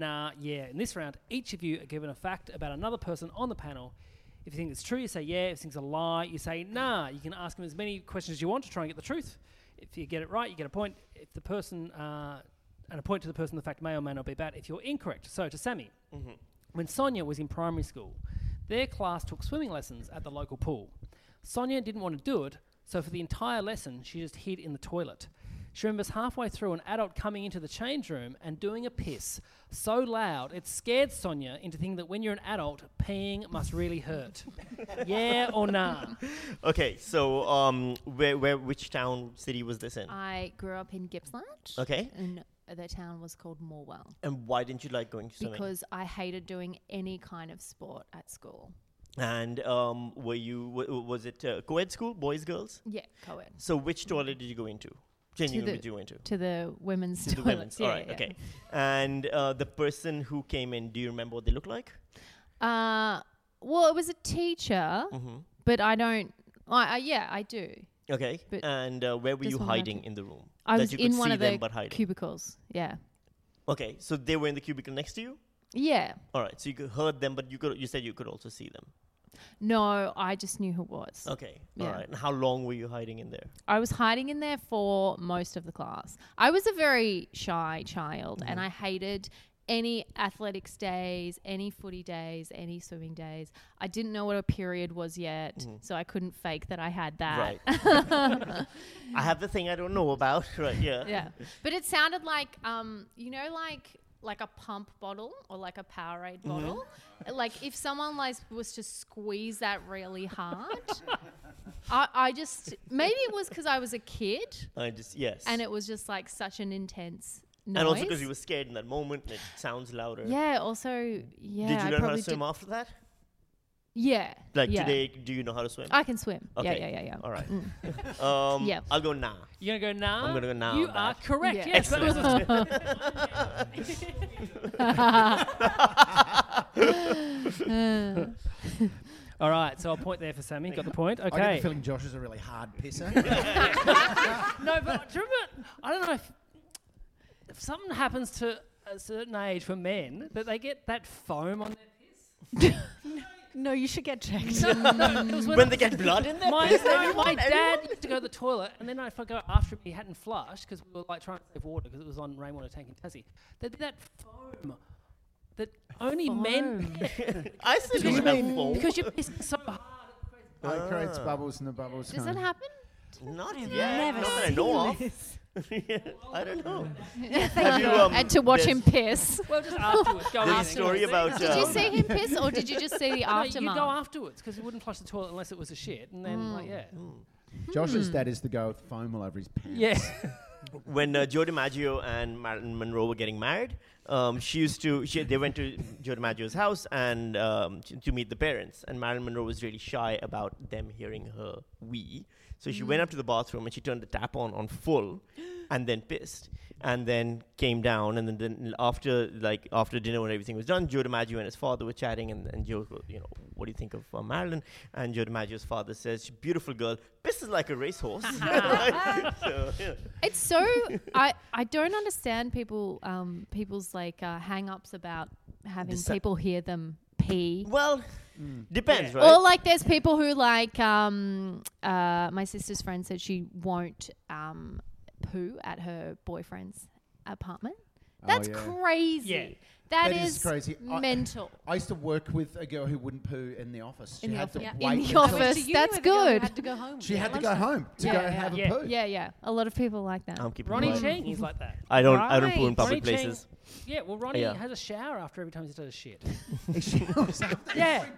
Nah, yeah. In this round, each of you are given a fact about another person on the panel. If you think it's true, you say yeah. If you think it's a lie, you say nah. You can ask them as many questions as you want to try and get the truth. If you get it right, you get a point. If the person, uh, and a point to the person, the fact may or may not be bad. If you're incorrect, so to Sammy.
Mm-hmm.
When Sonia was in primary school, their class took swimming lessons at the local pool. Sonia didn't want to do it, so for the entire lesson, she just hid in the toilet. She remembers halfway through an adult coming into the change room and doing a piss so loud it scared Sonia into thinking that when you're an adult, peeing must really hurt. yeah or nah?
Okay, so um, where, where, which town, city was this in?
I grew up in Gippsland.
Okay.
And the town was called Morwell
and why didn't you like going swimming?
because I hated doing any kind of sport at school.
and um, were you, w- was it uh, co-ed school, boys, girls?
Yeah, co-ed.
So which toilet did you go into? Changing room did you go into?
To the women's
To the
toilets.
women's.
yeah,
All right.
yeah.
Okay. And uh, the person who came in, do you remember what they look like?
Uh, well, it was a teacher, but I don't. I, I yeah, I do.
Okay.
But
and uh, where were
just
you
one of my
hiding
cu-
in the room?
I
that
was
you could
in one
see
of
them
the
but hiding.
cubicles. Yeah,
okay. So they were in the cubicle next to you.
yeah.
All right. So you could heard them, but you could you said you could also see them.
No, I just knew who it was.
Okay. All
Yeah.
right. And how long were you hiding in there?
I was hiding in there
Mm-hmm.
for most of the class. I was a very shy child and I hated any athletics days, any footy days, any swimming days. I didn't know what a period was yet,
Mm-hmm.
so I couldn't fake that I had that.
I have the thing I don't know about. Right, yeah.
yeah. But it sounded like um, you know, like like a pump bottle or like a Powerade
Mm-hmm.
bottle. like if someone like was to squeeze that really hard, I, I just maybe it was because I was a kid
I just, yes.
and it was just like such an intense noise.
and also because you were scared in that moment and it sounds louder.
yeah. Also, yeah.
Did
I
you learn how
probably
to swim
did-
after that?
Yeah.
Like
yeah.
today, do you know how to swim?
I can swim.
Okay,
Yeah, yeah, yeah, yeah.
All right. um,
Yeah.
I'll go now.
You're gonna go nah.
I'm gonna go nah
You
on
are
that.
correct.
Yeah.
Yes, that was a
Mm.
All right, so I'll point there for Sammy. Got the point.
I get
Okay.
the feeling Josh is a really hard pisser.
no, but do you remember? I don't know if, if something happens to a certain age for men that they get that foam on
No, you should get checked.
their. No, no, 'cause when,
When
I-
they get blood in there?
my, no, my dad used to go to the toilet, and then if I go after him, he hadn't flushed because we were like trying to save water because it was on rainwater tank in Tassie. There'd be that foam that only men get
I still
Because
don't
you
have foam.
because you're pissing so hard.
it
Ah.
creates bubbles and the bubbles
Does
come.
that happen?
Not yet. Not that I know of. yeah, I don't know.
Thank
you, um,
and to watch
there's-
him piss.
Well, just afterwards. Go
There's a
afterwards.
story about.
Did
uh,
you see him piss, or did you just see
No,
the
you
aftermath?
go afterwards because we wouldn't flush the toilet unless it was a shit, and then like yeah,
Josh's dad is to go with foam all over his pants.
yeah.
when uh, Joe DiMaggio and Marilyn Monroe were getting married, um, she used to. She, they went to Joe DiMaggio's house and um, to, to meet the parents. And Marilyn Monroe was really shy about them hearing her wee, so she went up to the bathroom and she turned the tap on on full, and then pissed, and then came down. And then, then after like after dinner when everything was done, Joe DiMaggio and his father were chatting, and, and Joe, go- you know, what do you think of uh, Marilyn? And Joe DiMaggio's father says, "Beautiful girl, pisses like a racehorse." So, yeah.
It's so I I don't understand people um people's like uh, hang-ups about having
Disa-
people hear them pee.
Well,
Mm.
depends, right?
Or like there's people who like um uh my sister's friend said she won't um poo at her boyfriend's apartment. That's
yeah.
crazy.
Yeah.
that
That
is,
is crazy. I-
mental.
I used to work with a girl who wouldn't poo in the office. She
In the
had
office.
to
Yeah.
wait
In the
until-
office. that's good.
Had to go home.
She had to go home to go and have
Yeah.
a poo.
yeah, yeah. A lot of people like that.
I'm keeping
Ronnie
quiet.
Chang is like that.
I don't. I don't pull in
Right.
public
Ronnie Chang-
places.
Yeah, well, Ronnie
Yeah.
has a shower after every time he does a shit.
She was after-
yeah.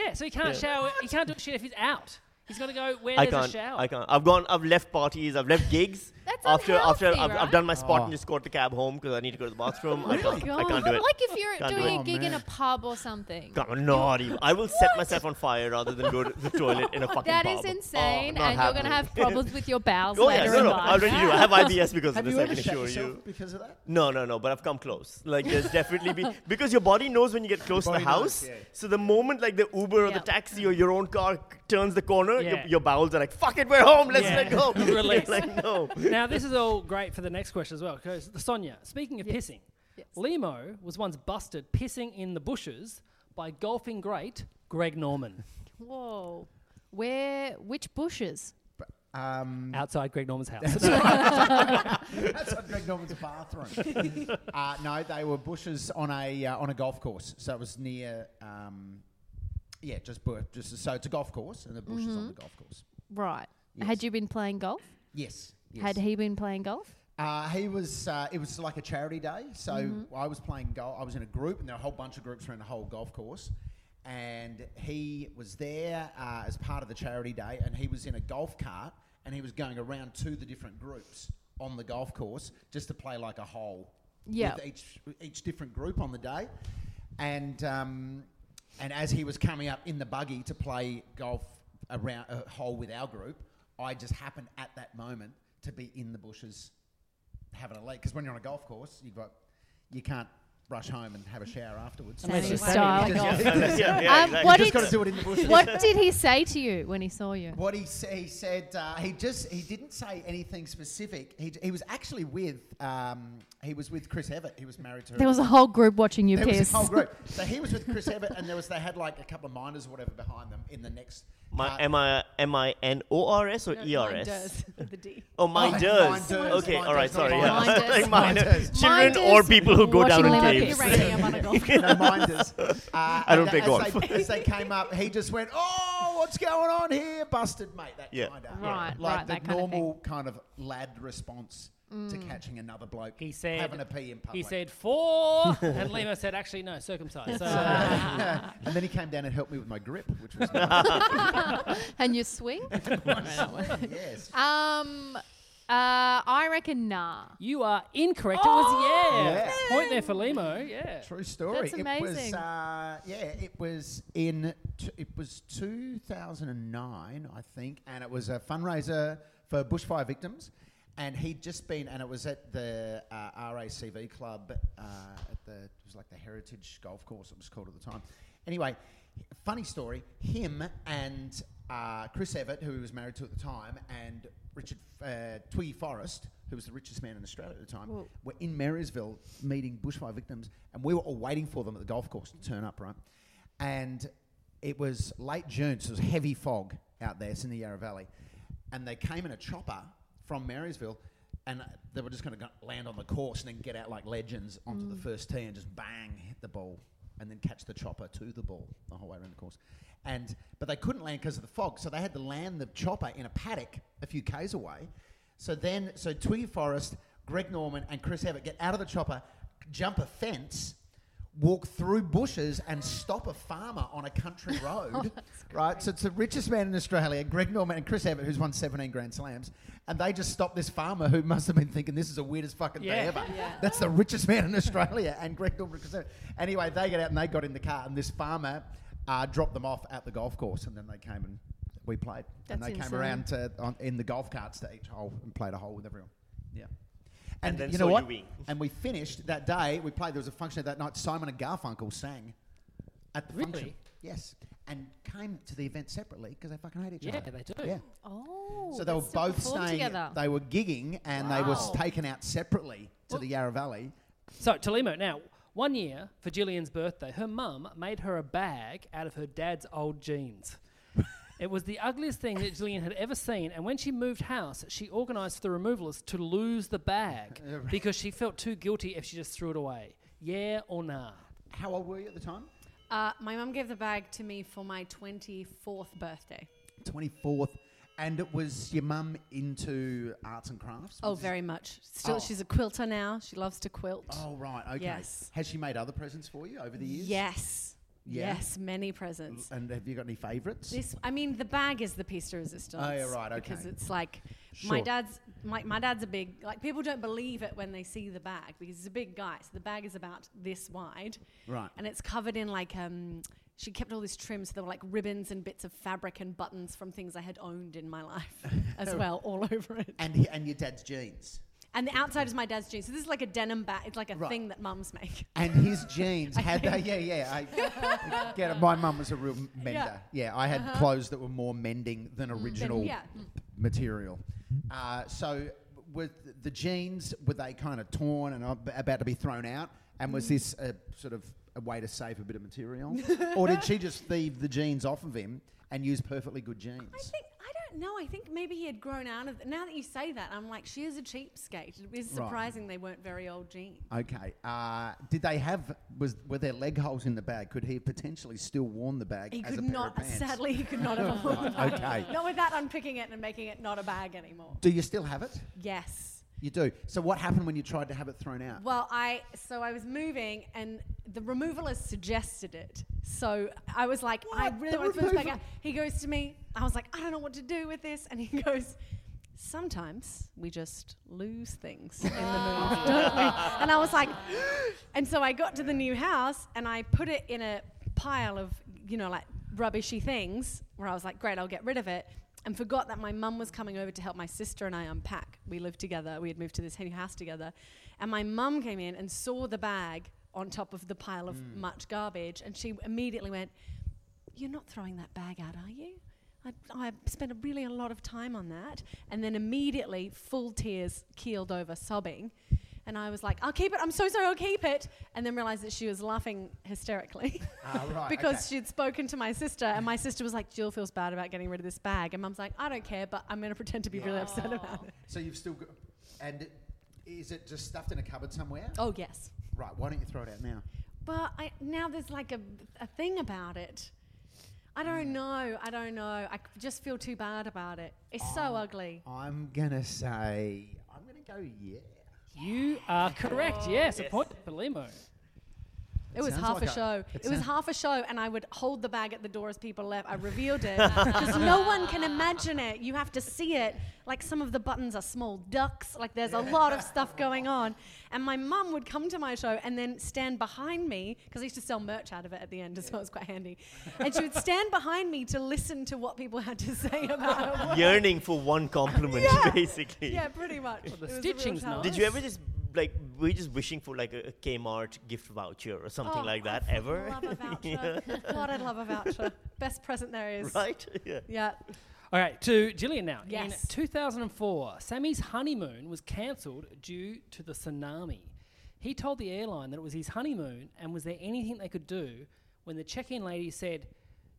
yeah, So he can't shower. He can't do shit if he's out. He's got to go where
I
there's
can't.
a shower.
I can't. I've gone. I've left parties. I've left gigs.
That's
after after
unhealthy,
I've, I've
right? Oh
done my spot
Oh.
and just caught the cab home because I need to go to the bathroom. I can't. I
God.
can't do it.
Like if you're
Can't do
doing
it.
a gig in
Oh,
a pub or something.
God, I'm not even. I will set myself on fire rather than go to the toilet in a fucking
That
pub.
is insane,
Oh, not
and you're going to
happening.
have problems with your bowels
Oh yeah,
later
no,
in
no. I
life.
already do. I have IBS because
Have
of
you
this. I
ever
can
shot
assure
yourself
you.
because of that?
No, no, no. But I've come close. Like there's definitely been because your body knows when you get close to the
body knows,
house.
yeah.
So the moment like the Uber or the
Yeah.
taxi or your own car c- turns the corner,
Yeah.
your, your bowels are like, "Fuck it, we're home. Let's
Yeah. Um,
let go." You're
Release.
like no.
now this is all great for the next question as well. Because Sonia, speaking of pissing, Limo was once busted pissing in the bushes by golfing great Greg Norman.
Whoa. Where? Which bushes?
Um,
Outside Greg Norman's house.
that's on Greg Norman's bathroom. uh, no, they were bushes on a uh, on a golf course. So it was near. Um, yeah, just bu- just so it's a golf course and the bushes on the golf course.
Right. Had you been playing golf?
Yes. yes.
Had he been playing golf?
Uh, he was. Uh, it was like a charity day, so I was playing golf. I was in a group, and there were a whole bunch of groups around the whole golf course. And he was there uh, as part of the charity day, and he was in a golf cart, and he was going around to the different groups on the golf course just to play like a hole.
Yeah.
With each each different group on the day, and um, and as he was coming up in the buggy to play golf around a hole with our group, I just happened at that moment to be in the bushes having a leak because when you're on a golf course, you've got you can't rush home and have a shower afterwards.
Unless
So-
you style
You
golf.
just-
yeah, yeah,
Um,
exactly.
what
you just
did-
got to do it in the bushes.
what did he say to you when he saw you?
What he, sa- he said, uh, he just he didn't say anything specific. He, he was actually with um, he was with Chris Evert. He was married to
There was a whole group watching you
there was
piss.
a whole group. So he was with Chris Evert, and there was they had like a couple of miners or whatever behind them in the next
My M I M I N O R S or E R
Mine
S?
does. the D.
Oh, mine
Mine
does.
does,
Okay,
mine
all right,
does, not
sorry. Yeah.
mine.
Mine does.
Like
Mine does.
Children or people who go down in
Watching
caves.
Olympic uranium on a golf course.
no, mine does. Uh, I
don't play
as They, as they came up, he just went, "Oh, what's going on here? Busted, mate." That
Yeah.
kind of
Right,
like
right,
the
that kind of thing. Mm.
normal kind of, lad response to catching another bloke.
He said,
having a pee in public.
He said four, and Lima said, actually, no, circumcised. So,
and then he came down and helped me with my grip, which was nice.
and you swing.
yes.
Um, uh, I reckon nah.
you are incorrect. It was Oh! yeah. Point there for Limo. Yeah.
True story.
That's
It was,
amazing.
uh, yeah, it was in t- it was 2009, I think, and it was a fundraiser for bushfire victims. And he'd just been, and it was at the uh, RACV club uh, at the it was like the Heritage Golf Course it was called at the time. Anyway, funny story. Him and uh, Chris Evert, who he was married to at the time, and Richard uh, Twee Forrest, who was the richest man in Australia at the time, were in Marysville meeting bushfire victims, and we were all waiting for them at the golf course to turn up, right? And it was late June, so it was heavy fog out there. It's in the Yarra Valley, and they came in a chopper from Marysville. And uh, they were just going to land on the course and then get out like legends onto the first tee and just bang hit the ball and then catch the chopper to the ball the whole way around the course. And but they couldn't land because of the fog, so they had to land the chopper in a paddock a few k's away. So then, so Twee Forrest, Greg Norman, and Chris Abbott get out of the chopper, jump a fence, walk through bushes, and stop a farmer on a country road. right, so it's the richest man in Australia, Greg Norman and Chris Abbott, who's won 17 Grand Slams, and they just stop this farmer who must have been thinking this is the weirdest fucking
Yeah.
day ever. That's the richest man in Australia, and Greg Norman. and Chris Abbott. Anyway, they get out and they got in the car, and this farmer uh, dropped them off at the golf course, and then they came and we played, and
That's
they came
insane.
around to on, in the golf carts to each hole and played a hole with everyone. Yeah. And,
then
you know
saw
what?
you win.
And we finished that day. We played. There was a function that night. Simon and Garfunkel sang at the function.
Really?
Yes, and came to the event separately because they fucking hate each
Yeah,
other.
they do.
Yeah.
Oh.
so they were
let's still
both
perform
staying.
together.
They were gigging and they were s-
Wow.
taken out separately to the Yarra Valley.
So, to Limo now. One year for Gillian's birthday, her mum made her a bag out of her dad's old jeans. it was the ugliest thing that Gillian had ever seen, and when she moved house, she organised for the removalists to lose the bag because she felt too guilty if she just threw it away. Yeah or nah?
How old were you at the time?
Uh, my mum gave the bag to me for my 24th birthday.
Twenty fourth. And it was your mum into arts and crafts?
Oh,
Was this-
very much. Still,
Oh.
she's a quilter now. She loves to quilt.
Oh right, okay.
Yes.
Has she made other presents for you over the years?
Yes.
Yeah.
Yes, many presents.
And have you got any favourites?
This, I mean, the bag is the piece de resistance.
Oh, yeah, right,
Because
okay.
it's like my
Sure.
dad's my, my dad's a big like people don't believe it when they see the bag because he's a big guy. So the bag is about this wide,
Right.
And it's covered in like um. She kept all this trim, so there were like ribbons and bits of fabric and buttons from things I had owned in my life as well, all over it.
And he, and your dad's jeans.
And the outside is my dad's jeans. So this is like a denim bag. It's like a
Right.
thing that mums make.
And his jeans had that. Yeah, yeah. I get it. My mum was a real m- mender. Yeah, I had clothes that were more mending than original
Uh-huh. Mm-hmm. yeah.
material. Uh, so, with the jeans, were they kind of torn and ab- about to be thrown out? And
Mm-hmm.
was this a sort of a way to save a bit of material, or did she just thieve the jeans off of him and use perfectly good jeans?
I think I don't know. I think maybe he had grown out of. Now that you say that, I'm like, she is a cheapskate. It is
Right.
surprising they weren't very old jeans.
Okay. Uh, did they have? Was were there leg holes in the bag? Could he have potentially still worn the bag?
He
as a
could
pair
not.
Of pants?
Sadly, he could not have. worn the bag.
okay.
Not without unpicking it and making it not a bag anymore.
Do you still have it?
Yes.
You do. So what happened when you tried to have it thrown out?
Well, I so I was moving and the removalist suggested it. So I was like, I
What?
really
The
want to throw this back
removal-
out. He goes to me. I was like, I don't know what to do with this, and he goes. Sometimes we just lose things in the move, don't we? And I was like, and so I got to the new house and I put it in a pile of, you know, like rubbishy things where I was like, great, I'll get rid of it. And forgot that my mum was coming over to help my sister and I unpack. We lived together, we had moved to this new house together. And my mum came in and saw the bag on top of the pile of much garbage. And she immediately went, You're not throwing that bag out, are you? I, I spent a really a lot of time on that. And then immediately, full tears keeled over, sobbing. And I was like, I'll keep it. I'm so sorry, I'll keep it. And then realized that she was laughing hysterically
Ah, right,
because
okay.
she'd spoken to my sister. And my sister was like, Jill feels bad about getting rid of this bag. And mum's like, I don't care, but I'm going to pretend to be really upset about it.
So you've still got. And it- is it just stuffed in a cupboard somewhere?
Oh, yes.
Right, why don't you throw it out now?
But I, now there's like a, a thing about it. I
Mm.
don't know. I don't know. I c- just feel too bad about it. It's
Oh.
so ugly.
I'm gonna say I'm gonna go yeah.
You are correct. Yes, a point for Limo.
It was
sounds
half
like
a
a-
show.
it
It, was
sound-
half a show, and I would hold the bag at the door as people left. I revealed it because no one can imagine it. You have to see it. Like some of the buttons are small ducks. Like there's a lot of stuff going on. And my mum would come to my show and then stand behind me because I used to sell merch out of it at the end, so it was quite handy. And she would stand behind me to listen to what people had to say about her work.
Yearning for one compliment, basically.
Yeah, pretty much. It
the
was a real
stitching's
talent.
nice.
Did you ever just like were you just wishing for like a a Kmart gift voucher or something
Oh,
like that
I
ever?
Love a voucher. God, I'd love a voucher. Best present there is.
right? Yeah.
Yeah.
All right, to Gillian now.
Yes.
In 2004, Sammy's honeymoon was cancelled due to the tsunami. He told the airline that it was his honeymoon, and was there anything they could do when the check in lady said,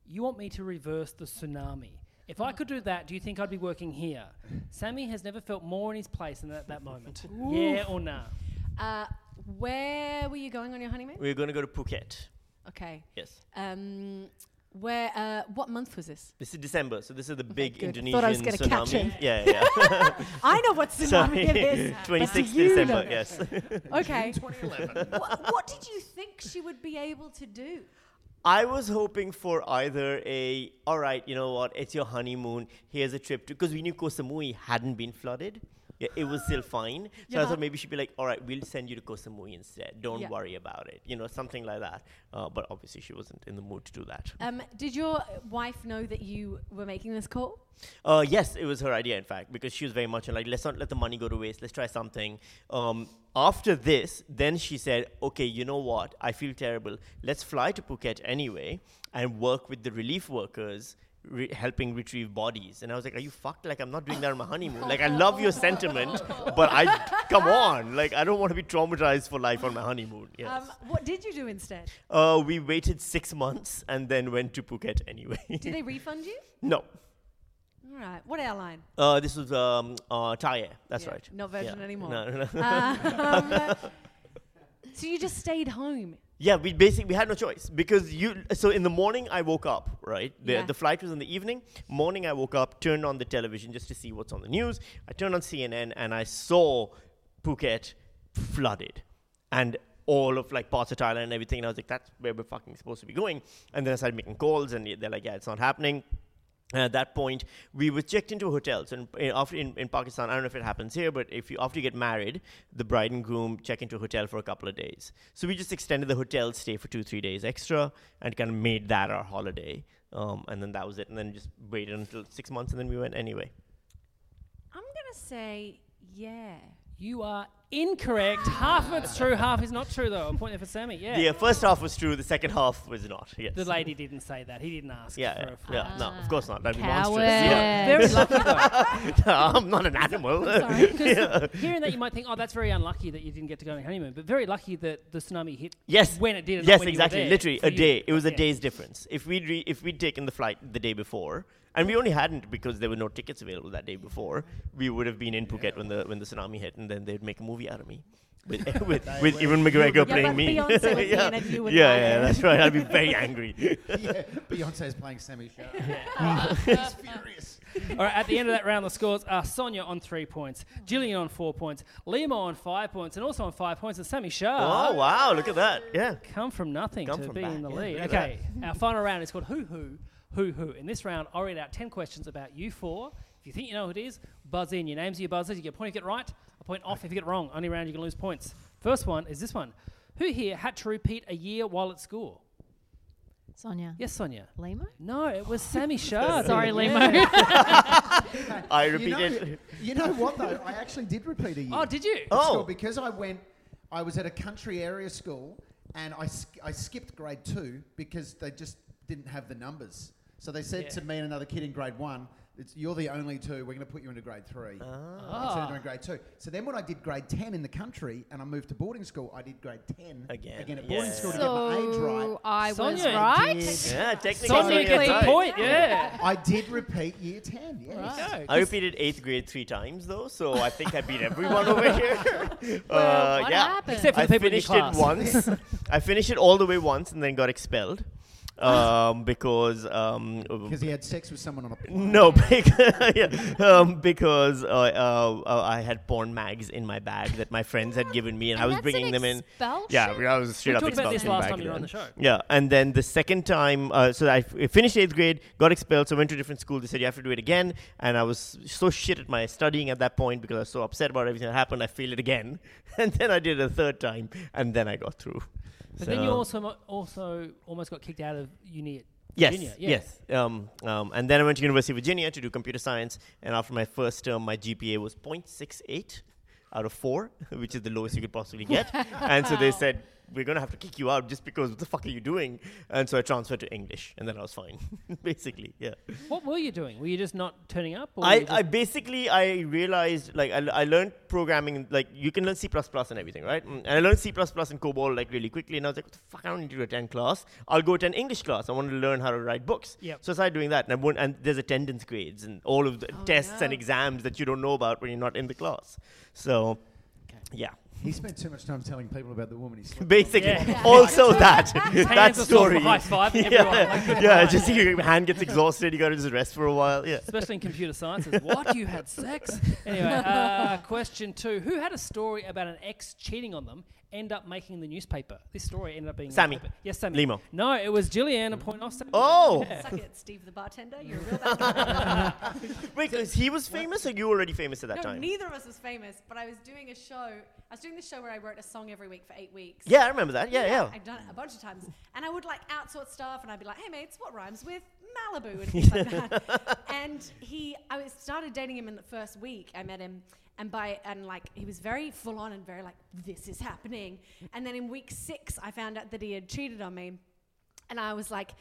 You want me to reverse the tsunami? If I could do that, do you think I'd be working here? Sammy has never felt more in his place than at that moment. yeah or nah?
Uh, where were you going on your honeymoon?
We're gonna go to Phuket.
Okay.
Yes.
Um, where? Uh, what month was this?
This is December, so this is the big
good.
Indonesian
Oh Thought I was
tsunami.
gonna catch
Yeah, yeah.
I know what tsunami it is.
Sorry.
but
Twenty sixth
do you
December,
know?
yes.
Okay.
2011.
what, what did you think she would be able to do?
I was hoping for either a, all right, you know what, it's your honeymoon, here's a trip to, because we knew Koh Samui hadn't been flooded. Yeah, it was still fine. So I
Yeah.
thought maybe she'd be like, all right, we'll send you to Koh Samui instead. Don't
Yeah.
worry about it. You know, something like that. Uh, but obviously, she wasn't in the mood to do that.
Um, did your wife know that you were making this call?
Uh, yes, it was her idea, in fact, because she was very much like, let's not let the money go to waste. Let's try something. Um, after this, then she said, okay, you know what? I feel terrible. Let's fly to Phuket anyway and work with the relief workers. Re- helping retrieve bodies and i was like are you fucked like i'm not doing that on my honeymoon like i love your sentiment but i come on like i don't want to be traumatized for life on my honeymoon yes
Um, what did you do instead?
uh, we waited six months and then went to phuket anyway
Did they refund you?
no
All right. What airline?
Uh, this was um, uh, Thai Air. That's
Yeah,
right.
Not Virgin
Yeah.
anymore.
No, no, no.
Um, so you just stayed home.
yeah, we basically we had no choice because you. So in the morning I woke up. Right, the,
Yeah.
the flight was in the evening. Morning I woke up, turned on the television just to see what's on the news. I turned on CNN and I saw Phuket flooded, and all of like parts of Thailand and everything. And I was like, that's where we're fucking supposed to be going. And then I started making calls, and they're like, yeah, it's not happening. And at that point, we were checked into hotels. And in, after in, in Pakistan, I don't know if it happens here, but if you after you get married, the bride and groom check into a hotel for a couple of days. So we just extended the hotel stay for two three days extra, and kind of made that our holiday. Um, and then that was it. And then just waited until six months, and then we went anyway.
I'm gonna say yeah.
You are incorrect. half of it's true, half is not true, though. A point there for Sammy. Yeah.
The uh, first half was true. The second half was not. Yes.
The lady didn't say that. He didn't ask
yeah,
for
yeah,
a full
yeah. no, of course not. That'd be
Coward.
monstrous. Yeah.
Very lucky though.
I'm not an animal.
Because hearing that, you might think, "Oh, that's very unlucky that you didn't get to go on your honeymoon." But very lucky that the tsunami hit.
Yes.
when it did. and not
Yes,
when you were
exactly.
there.
Literally
For
a
you.
day. It was a
Yeah.
day's difference. If we'd re- if we'd taken the flight the day before, and we only hadn't because there were no tickets available that day before, we would have been in Phuket when the when the tsunami hit, and then they'd make a movie out of me. With, with, with Ewan McGregor playing
but
me.
Beyonce would be in it, you
yeah,
wouldn't
yeah,
like it.
that's right. I'd be very angry.
yeah, Beyonce's playing Sammy Show. He's furious.
All right. At the end of that round, the scores are Sonia on three points, Gillian on four points, Lima on five points, and also on five points, and Sammy Shah.
oh wow! Look at that. Yeah.
Come from nothing
Come
to
from
being in the
back, yeah,
lead.
look at
Okay, our final round is called Who Who Who Who. In this round, I'll read out 10 questions about you four. If you think you know who it is, buzz in. Your names are your buzzers. You get a point if you get it right, a point off if you get it wrong. Only round you can lose points. First one is this one. Who here had to repeat a year while at school?
Sonia.
Yes, Sonia.
Limo?
No, it was Sammy Shah.
Sorry, Limo.
I
You know-
repeated.
You know what though? I actually did repeat a year.
Oh, did you?
at
Oh.
school because I went, I was at a country area school and I, sk- I skipped grade two because they just didn't have the numbers. So they said to me and another kid in grade one, It's, you're the only two. We're going to put you into grade three. I turned
Ah.
into grade two. So then when I did grade 10 in the country and I moved to boarding school, I did grade 10
Again,
again at boarding
yeah.
school to get my age right.
So I was
Sonia did.
right.
Yeah, technically.
Sonia
you're
gets a
right.
point, yeah.
I did repeat year 10, yes.
Right.
I repeated eighth grade three times though, so I think I beat everyone over here.
Well,
Uh,
what
yeah.
happened?
Except for
I
the people in your
finished it
class.
once. I finished it all the way once and then got expelled um, because um,
Because he had sex with someone on a plane.
no because, yeah, um, because uh, uh, uh, I had porn mags in my bag that my friends had given me and, I
And
was
that's an
bringing them in.
expulsion?
Yeah, I was straight
We
up
talked about this
expulsion
last
back
time you were on
then.
the show.
Yeah, and then the second time, uh, so I f- finished eighth grade, got expelled, so went to a different school. They said you have to do it again, and I was so shit at my studying at that point because I was so upset about everything that happened. I failed it again, and then I did it a third time, and then I got through.
But then you
So-
also mo- also almost got kicked out of uni at
Yes,
Virginia. yeah.
yes. Um, um, and then I went to University of Virginia to do computer science, and after my first term, my GPA was 0.68 out of 4, which is the lowest you could possibly get. and so they said, we're going to have to kick you out just because what the fuck are you doing? And so I transferred to English, and then I was fine, basically, yeah.
What were you doing? Were you just not turning up? Or were you
I,
just-
I basically I realized like I, l- I learned programming like you can learn C and everything right Mm, and I learned C and COBOL like really quickly and I was like what the fuck I don't need to attend class I'll go attend English class I want to learn how to write books
Yep.
so I started doing that and I went, and there's attendance grades and all of the
Oh,
tests and
no.
exams that you don't know about when you're not in the class so yeah
He spent too much time telling people about the woman he slept with.
basically
Yeah. Yeah.
also that that
Hands are sort
story
of high-fiving everyone, like,
yeah, yeah just your hand gets exhausted you gotta just rest for a while yeah
especially in computer sciences. What you had sex? Anyway, uh, question two: Who had a story about an ex cheating on them end up making the newspaper? This story ended up being in the
Sammy.
paper. Yes, Sammy
Limo.
No, it was Gillian. A point off. Sammy.
oh
Suck it, Steve the bartender. You're a real bad guy.
Wait, 'cause he was famous, or you were already famous at that
no,
time?
neither of us was famous, but I was doing a show. I was doing this show where I wrote a song every week for eight weeks.
yeah, I remember that. Yeah, yeah.
I've done it a bunch of times. And I would like outsource stuff and I'd be like, hey mates, what rhymes with Malibu and things like that. And he I was- started dating him in the first week. I met him and by and like he was very full on and very like, this is happening. And then in week six I found out that he had cheated on me. And I was like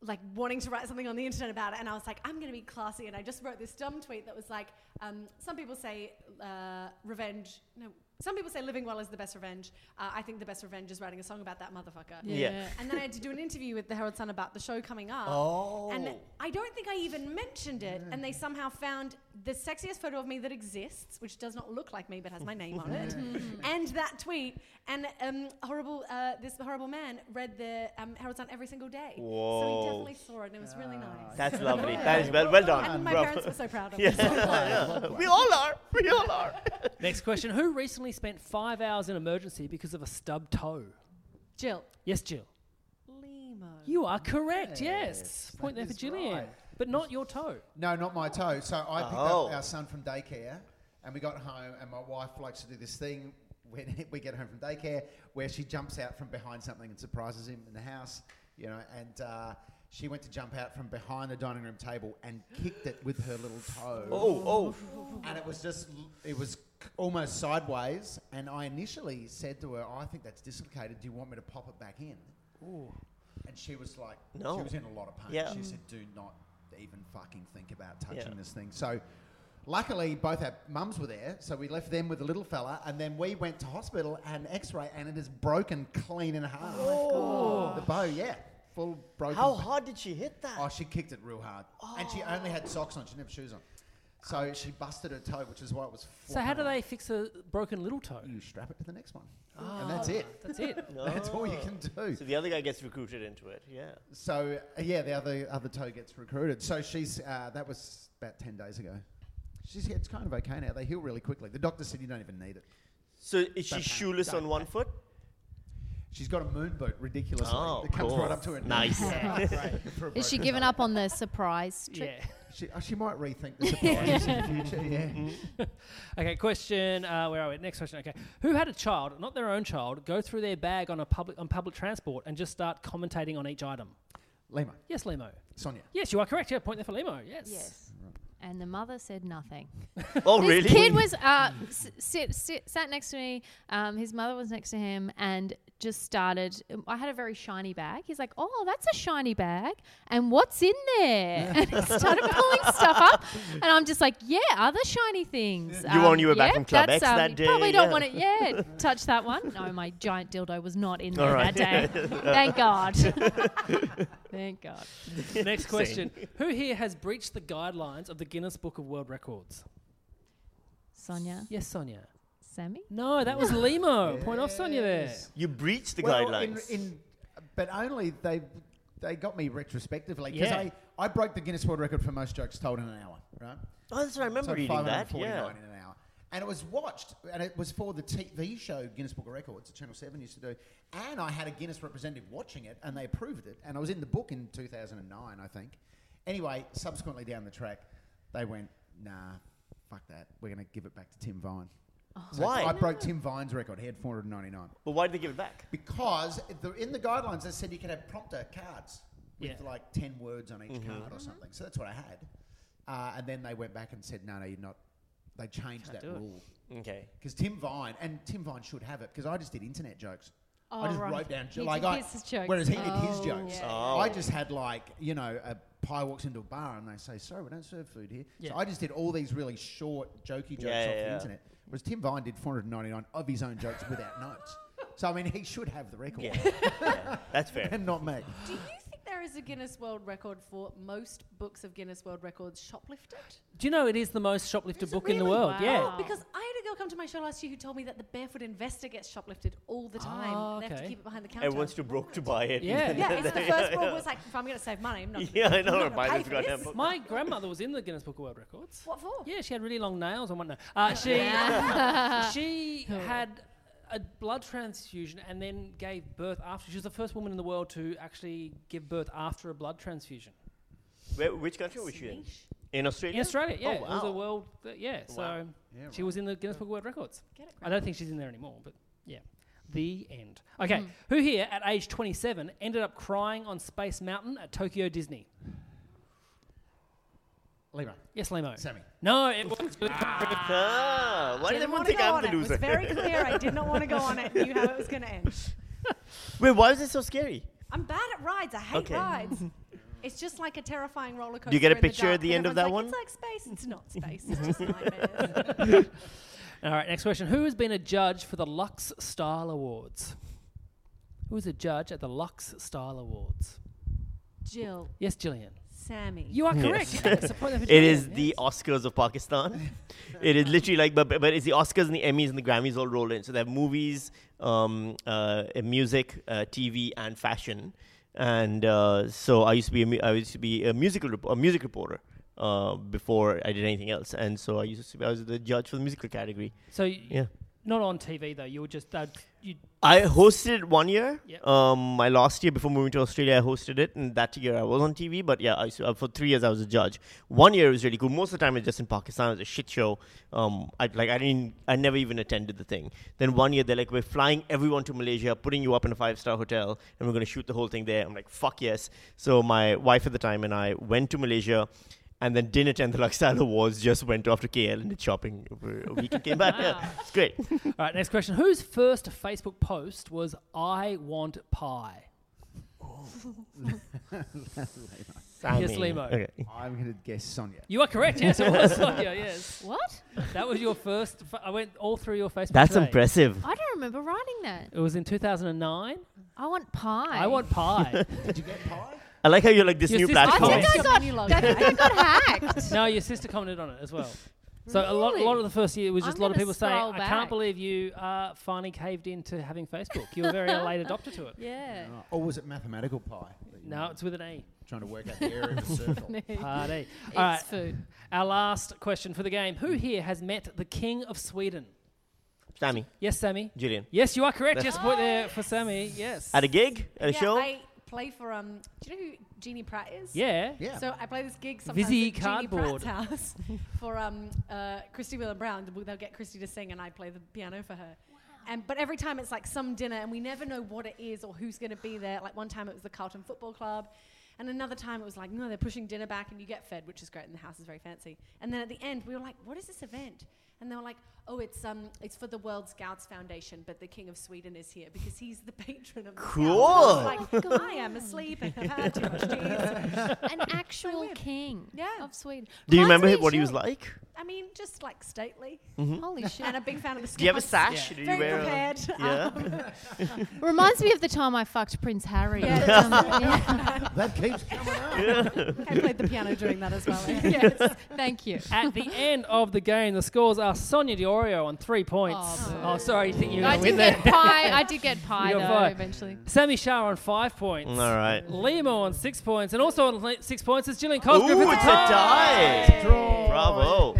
like wanting to write something on the internet about it, and I was like, I'm gonna be classy, and I just wrote this dumb tweet that was like, um, some people say uh, revenge, no, some people say living well is the best revenge. Uh, I think the best revenge is writing a song about that motherfucker.
Yeah.
And then I had to do an interview with the Herald Sun about the show coming up.
Oh.
And I don't think I even mentioned it. And they somehow found the sexiest photo of me that exists, which does not look like me but has my name on it, and that tweet. And um, horrible, uh, this horrible man read the um, Herald Sun every single day. So he
Whoa. Ah,
definitely saw it, and it was really nice.
That's lovely. That is well, well done.
and my
Bravo.
parents were so proud of
Yeah.
me.
Yeah. We all are. We all are.
Next question: Who recently spent five hours in emergency because of a stub toe?
Jill.
Yes, Jill.
Limo.
You are correct. Yes, point there
that
for
is
Gillian,
right.
but not your toe.
No, not my toe. So I picked
Oh.
up our son from daycare, and we got home, and my wife likes to do this thing when we get home from daycare where she jumps out from behind something and surprises him in the house, you know. And uh, she went to jump out from behind the dining room table and kicked it with her little toe.
Oh,
And it was just, l- it was c- almost sideways. And I initially said to her, "Oh, I think that's dislocated. Do you want me to pop it back in? And she was like,
No.
She was in a lot of pain.
Yeah.
She said, do not even fucking think about touching
Yeah.
this thing. So luckily, both our mums were there. So we left them with the little fella. And then we went to hospital and x ray, and it is broken clean in half. Oh, the bow, yeah. Full
oh.
broken.
How hard did she hit
Oh,
that?
she kicked it real hard. And she only had socks on. She didn't have shoes on. So she busted her toe, which is why it was full.
So how do they fix a broken little toe?
You strap it to the next one.
Ah.
And that's it.
That's it.
That's all you can do.
So the other guy gets recruited into it. Yeah.
So, uh, yeah, the other, other toe gets recruited. So she's, uh, that was about 10 days ago. She's, it's kind of okay now. They heal really quickly. The doctor said you don't even need it.
So is she
Don't-
shoeless on
don't-
one foot?
She's got a moon boot, ridiculously.
Oh,
that comes
cool.
right up to her. knee.
Nice.
For a
Is she
broken
giving
toe.
up on the surprise trip?
Yeah.
She, uh, she might rethink the surprise in the future, yeah.
Mm-hmm.
Okay, question. Uh, where are we? Next question. Okay, who had a child, not their own child, go through their bag on a public on public transport and just start commentating on each item?
Lima,
Yes, Limo.
Sonia.
Yes, you are correct. Yeah, point there for Limo. Yes.
Yes. and the mother said nothing.
Oh,
this
really?
kid was uh, s- sit, sit, sat next to me. Um, his mother was next to him and just started. um, I had a very shiny bag. He's like, "Oh, that's a shiny bag, and what's in there?" and he started pulling stuff up, and I'm just like, "Yeah, other shiny things."
You want you were back
yeah,
in Club
that's,
X that
you
day,
Probably don't
yeah.
want to, yeah, touch that one. No, my giant dildo was not in
All
there
right.
that day. Thank God. Thank God.
Next question. Who here has breached the guidelines of the Guinness Book of World Records?
Sonia,
Yes, Sonia.
Sammy.
No, that was Limo. Point off Sonia there.
You breached the
Well, in,
guidelines.
in, but only they they got me retrospectively because
Yeah.
I, I broke the Guinness World Record for most jokes told in an hour, right?
oh, that's right. I remember
so
reading that.
549
Yeah.
in an hour. And it was watched, and it was for the TV show Guinness Book of Records that Channel 7 used to do. And I had a Guinness representative watching it, and they approved it. And I was in the book in 2009, I think. Anyway, subsequently down the track, they went, nah, fuck that. We're going to give it back to Tim Vine. So
Why?
I broke Tim Vine's record. He had 499.
But why did they give it back?
Because if the, in the guidelines, they said you could have prompter cards with
Yeah. Mm-hmm.
like 10 words on each card or something. So that's what I had. Uh, and then they went back and said, no, no, you're not. They changed that
do it.
rule.
Okay.
Because Tim Vine, and Tim Vine should have it, because I just did internet jokes.
Oh,
I just
right.
wrote down
He
like
did
I,
his jokes.
whereas he did his
Oh,
jokes.
yeah.
I just had like you know a pie walks into a bar and they say, "Sorry, we don't serve food here."
Yeah.
So I just did all these really short jokey jokes
Yeah,
off
yeah,
the
yeah.
internet. Whereas Tim Vine did 499 of his own jokes without notes. So I mean, he should have the record,
Yeah. Yeah, That's fair.
and not me.
Do you think there is a Guinness World Record for most books of Guinness World Records shoplifted?
Do you know it is the most shoplifted
Is it
book in the
really?
world?
Oh,
Yeah.
because I had a girl come to my show last year who told me that the Barefoot Investor gets shoplifted all the time.
Oh,
They have
okay.
to keep it behind the counter.
Everyone's too broke to buy it.
Yeah.
yeah, it's the first rule was like, if I'm going to save money, I'm not.
Yeah, I
I'm
know.
not
Or
gonna
buy
pay
this
for
goddamn book.
My grandmother was in the Guinness Book of World Records.
What for?
Yeah, she had really long nails. I want to know. Uh, she she had a blood transfusion and then gave birth after. She was the first woman in the world to actually give birth after a blood transfusion
Where, which country was she in? In Australia.
in Australia. Yeah,
Oh,
it was a
wow.
world. Th- yeah, so
Wow.
she was in the Guinness Book of World Records.
Get it,
I don't think she's in there anymore, but yeah. The end. Okay, who here at age 27 ended up crying on Space Mountain at Tokyo Disney?
Lima,
Yes, Limo.
Sammy.
No, it was.
Ah, why did
Didn't
everyone
want to
think
go
I'm
on
the
it. It was
loser?
very clear. I did not want to go on it. Knew how it was going to end.
Wait, why was it so scary?
I'm bad at rides. I hate
Okay.
rides. It's just like a terrifying roller coaster.
you get a
in the
picture at
dark
the end
and
of
everyone's
that
like, It's like space. It's not space. It's just nightmares.
All right, next question. Who has been a judge for the Lux Style Awards? Who was a judge at the Lux Style Awards?
Jill,
Yes, Gillian.
Sammy.
You are correct.
Yes.
It's a point there for
It is
Gillian,
the
yes.
Oscars of Pakistan. it is literally like, but, but but it's the Oscars and the Emmys and the Grammys all rolled in. So they have movies, um, uh, uh, music, uh, TV, and fashion. And uh, so I used to be a, mu- I used to be a musical rep- a music reporter uh, before I did anything else. And so I used to be, I was the judge for the musical category.
So, y-
Yeah.
not on TV though. You were just that. You,
I hosted it one year.
Yep.
Um, my last year before moving to Australia, I hosted it, and that year I was on TV. But yeah, I, s- uh, for three years I was a judge. One year it was really cool. Most of the time it was just in Pakistan. It was a shit show. Um, I like I didn't, I never even attended the thing. Then one year they're like, we're flying everyone to Malaysia, putting you up in a five star hotel, and we're gonna shoot the whole thing there. I'm like, fuck yes. So my wife at the time and I went to Malaysia. And then didn't attend the Luxala Awards, just went off to KL and did shopping over a week and came back. Yeah, it's great.
all right, next question. Whose first Facebook post was "I want pie"?
Sammy.
Limo.
Okay.
I'm going to guess Sonia.
You are correct. Yes, it was Sonia. Yes,
What?
that was your first. fa- I went all through your Facebook.
That's
today.
impressive.
I don't remember writing that.
It was in 2009.
I want pie.
I, want pie.
Did you get pie?
I like how you're like this
Your
new
sister-
I
platform.
think I
Your
got.
menu logo.
I think I got hacked.
no, your sister commented on it as well. So a lot, a
Really?
lot of the first year was just
I'm
a lot of
gonna
people saying,
scroll
"I can't
back."
believe you uh, finally caved into having Facebook. You were very late adopter to it."
Yeah.
Uh, Or was it mathematical pie? that you
No,
were
it's with an A.
trying to work out the area of a circle.
Uh,
Party.
It's
All right,
food.
our last question for the game: Who here has met the King of Sweden?
Sammy,
Yes, Sammy.
Julian.
Yes, you are correct. Yes, point there for Sammy. Yes.
At a gig? At a
yeah,
show?
I play for um. Do you know who Jeannie Pratt is?
yeah.
Yeah.
So I play this gig sometimes
Visi
at Jeannie
cardboard.
Pratt's house for um, uh, Christy Whelan Brown. Th- They'll get Christy to sing, and I play the piano for her. And but every time it's like some dinner, and we never know what it is or who's going to be there. Like one time it was the Carlton Football Club, And another time it was like, no, they're pushing dinner back and you get fed, which is great, and the house is very fancy. And then at the end, we were like, what is this event? And they were like, oh, it's um, it's for the World Scouts Foundation, but the King of Sweden is here because he's the patron of the
Cool.
Scouts. And I was like, I am asleep and I've had too much cheese.
An actual king
Yeah.
of Sweden.
Do you
Reminds
remember
me
hi-
of
what he
Jill.
was like? Mm-hmm.
I mean, just like stately.
Holy shit.
And a big fan of the Scouts.
Do you have a sash? Did you
Very
wear a-
prepared. Um,
Yeah.
Reminds me of the time I fucked Prince Harry.
Yeah,
Um,
that's-
yeah.
That keeps coming up.
I played the piano during that as well.
yes. Thank you.
At the end of the game, the scores are Sonia Diorio on three points.
Oh,
Oh,
boo.
sorry, you think you were
I
going to win
did
there.
get pie. I did get pie
You
though
got pie.
eventually.
Sammy Shah on five points.
All right.
Limo on six points. And also on li- six points is Gillian Cosgrove.
Ooh,
with
it's a
tie.
die. Bravo.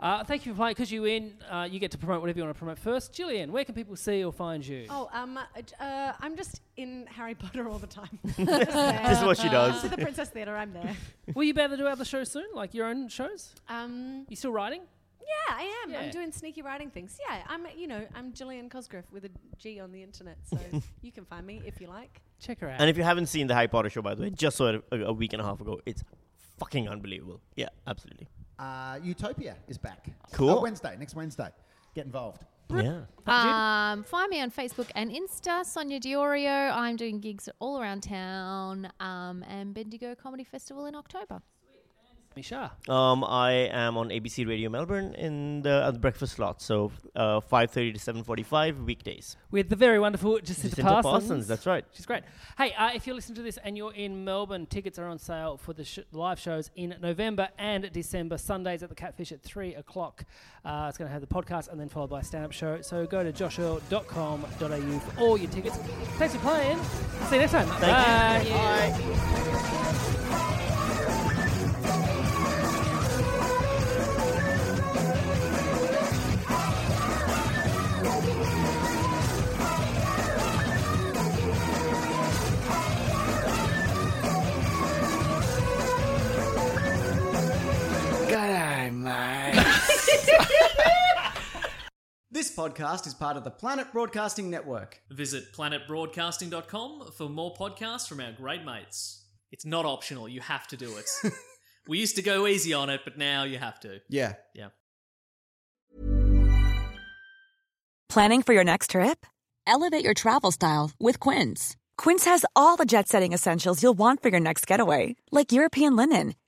Uh, thank you for playing. Because you win, uh, you get to promote whatever you want to promote first. Gillian, where can people see or find you?
Oh, um, uh, j- uh, I'm just in Harry Potter all the time.
This is what she does.
to the Princess Theatre, I'm there.
Will you be able to do other shows soon, like your own shows?
Um,
You still writing?
yeah, I am.
Yeah.
I'm doing sneaky writing things. Yeah, I'm, you know, I'm Gillian Cosgrove with a G on the internet, so you can find me if you like.
Check her out.
And if you haven't seen the Harry Potter show, by the way, just saw it a, a week and a half ago. It's fucking unbelievable. Yeah, absolutely.
Uh, Utopia is back.
Cool.
Uh, Wednesday, next Wednesday. Get involved.
Yeah.
Um, find me on Facebook and Insta, Sonia Diorio. I'm doing gigs all around town um, and Bendigo Comedy Festival in October.
Sammy Shah.
Um, I am on ABC Radio Melbourne in the, at the breakfast slot, so uh, 5.30 to 7.45 weekdays.
With the very wonderful Jacinta,
Jacinta
Parsons.
Parsons, that's right.
She's great. Hey, uh, if you're listening to this and you're in Melbourne, tickets are on sale for the sh- live shows in November and December. Sundays at the Catfish at 3 o'clock. Uh, it's going to have the podcast and then followed by a stand up show. So go to joshearl.com.au for all your tickets. Thanks for playing. See you next time.
you.
Bye.
This podcast is part of the Planet Broadcasting Network.
Visit planetbroadcasting.com for more podcasts from our great mates. It's not optional, you have to do it. we used to go easy on it, but now you have to.
Yeah.
Yeah.
Planning for your next trip? Elevate your travel style with Quince. Quince has all the jet setting essentials you'll want for your next getaway, like European linen,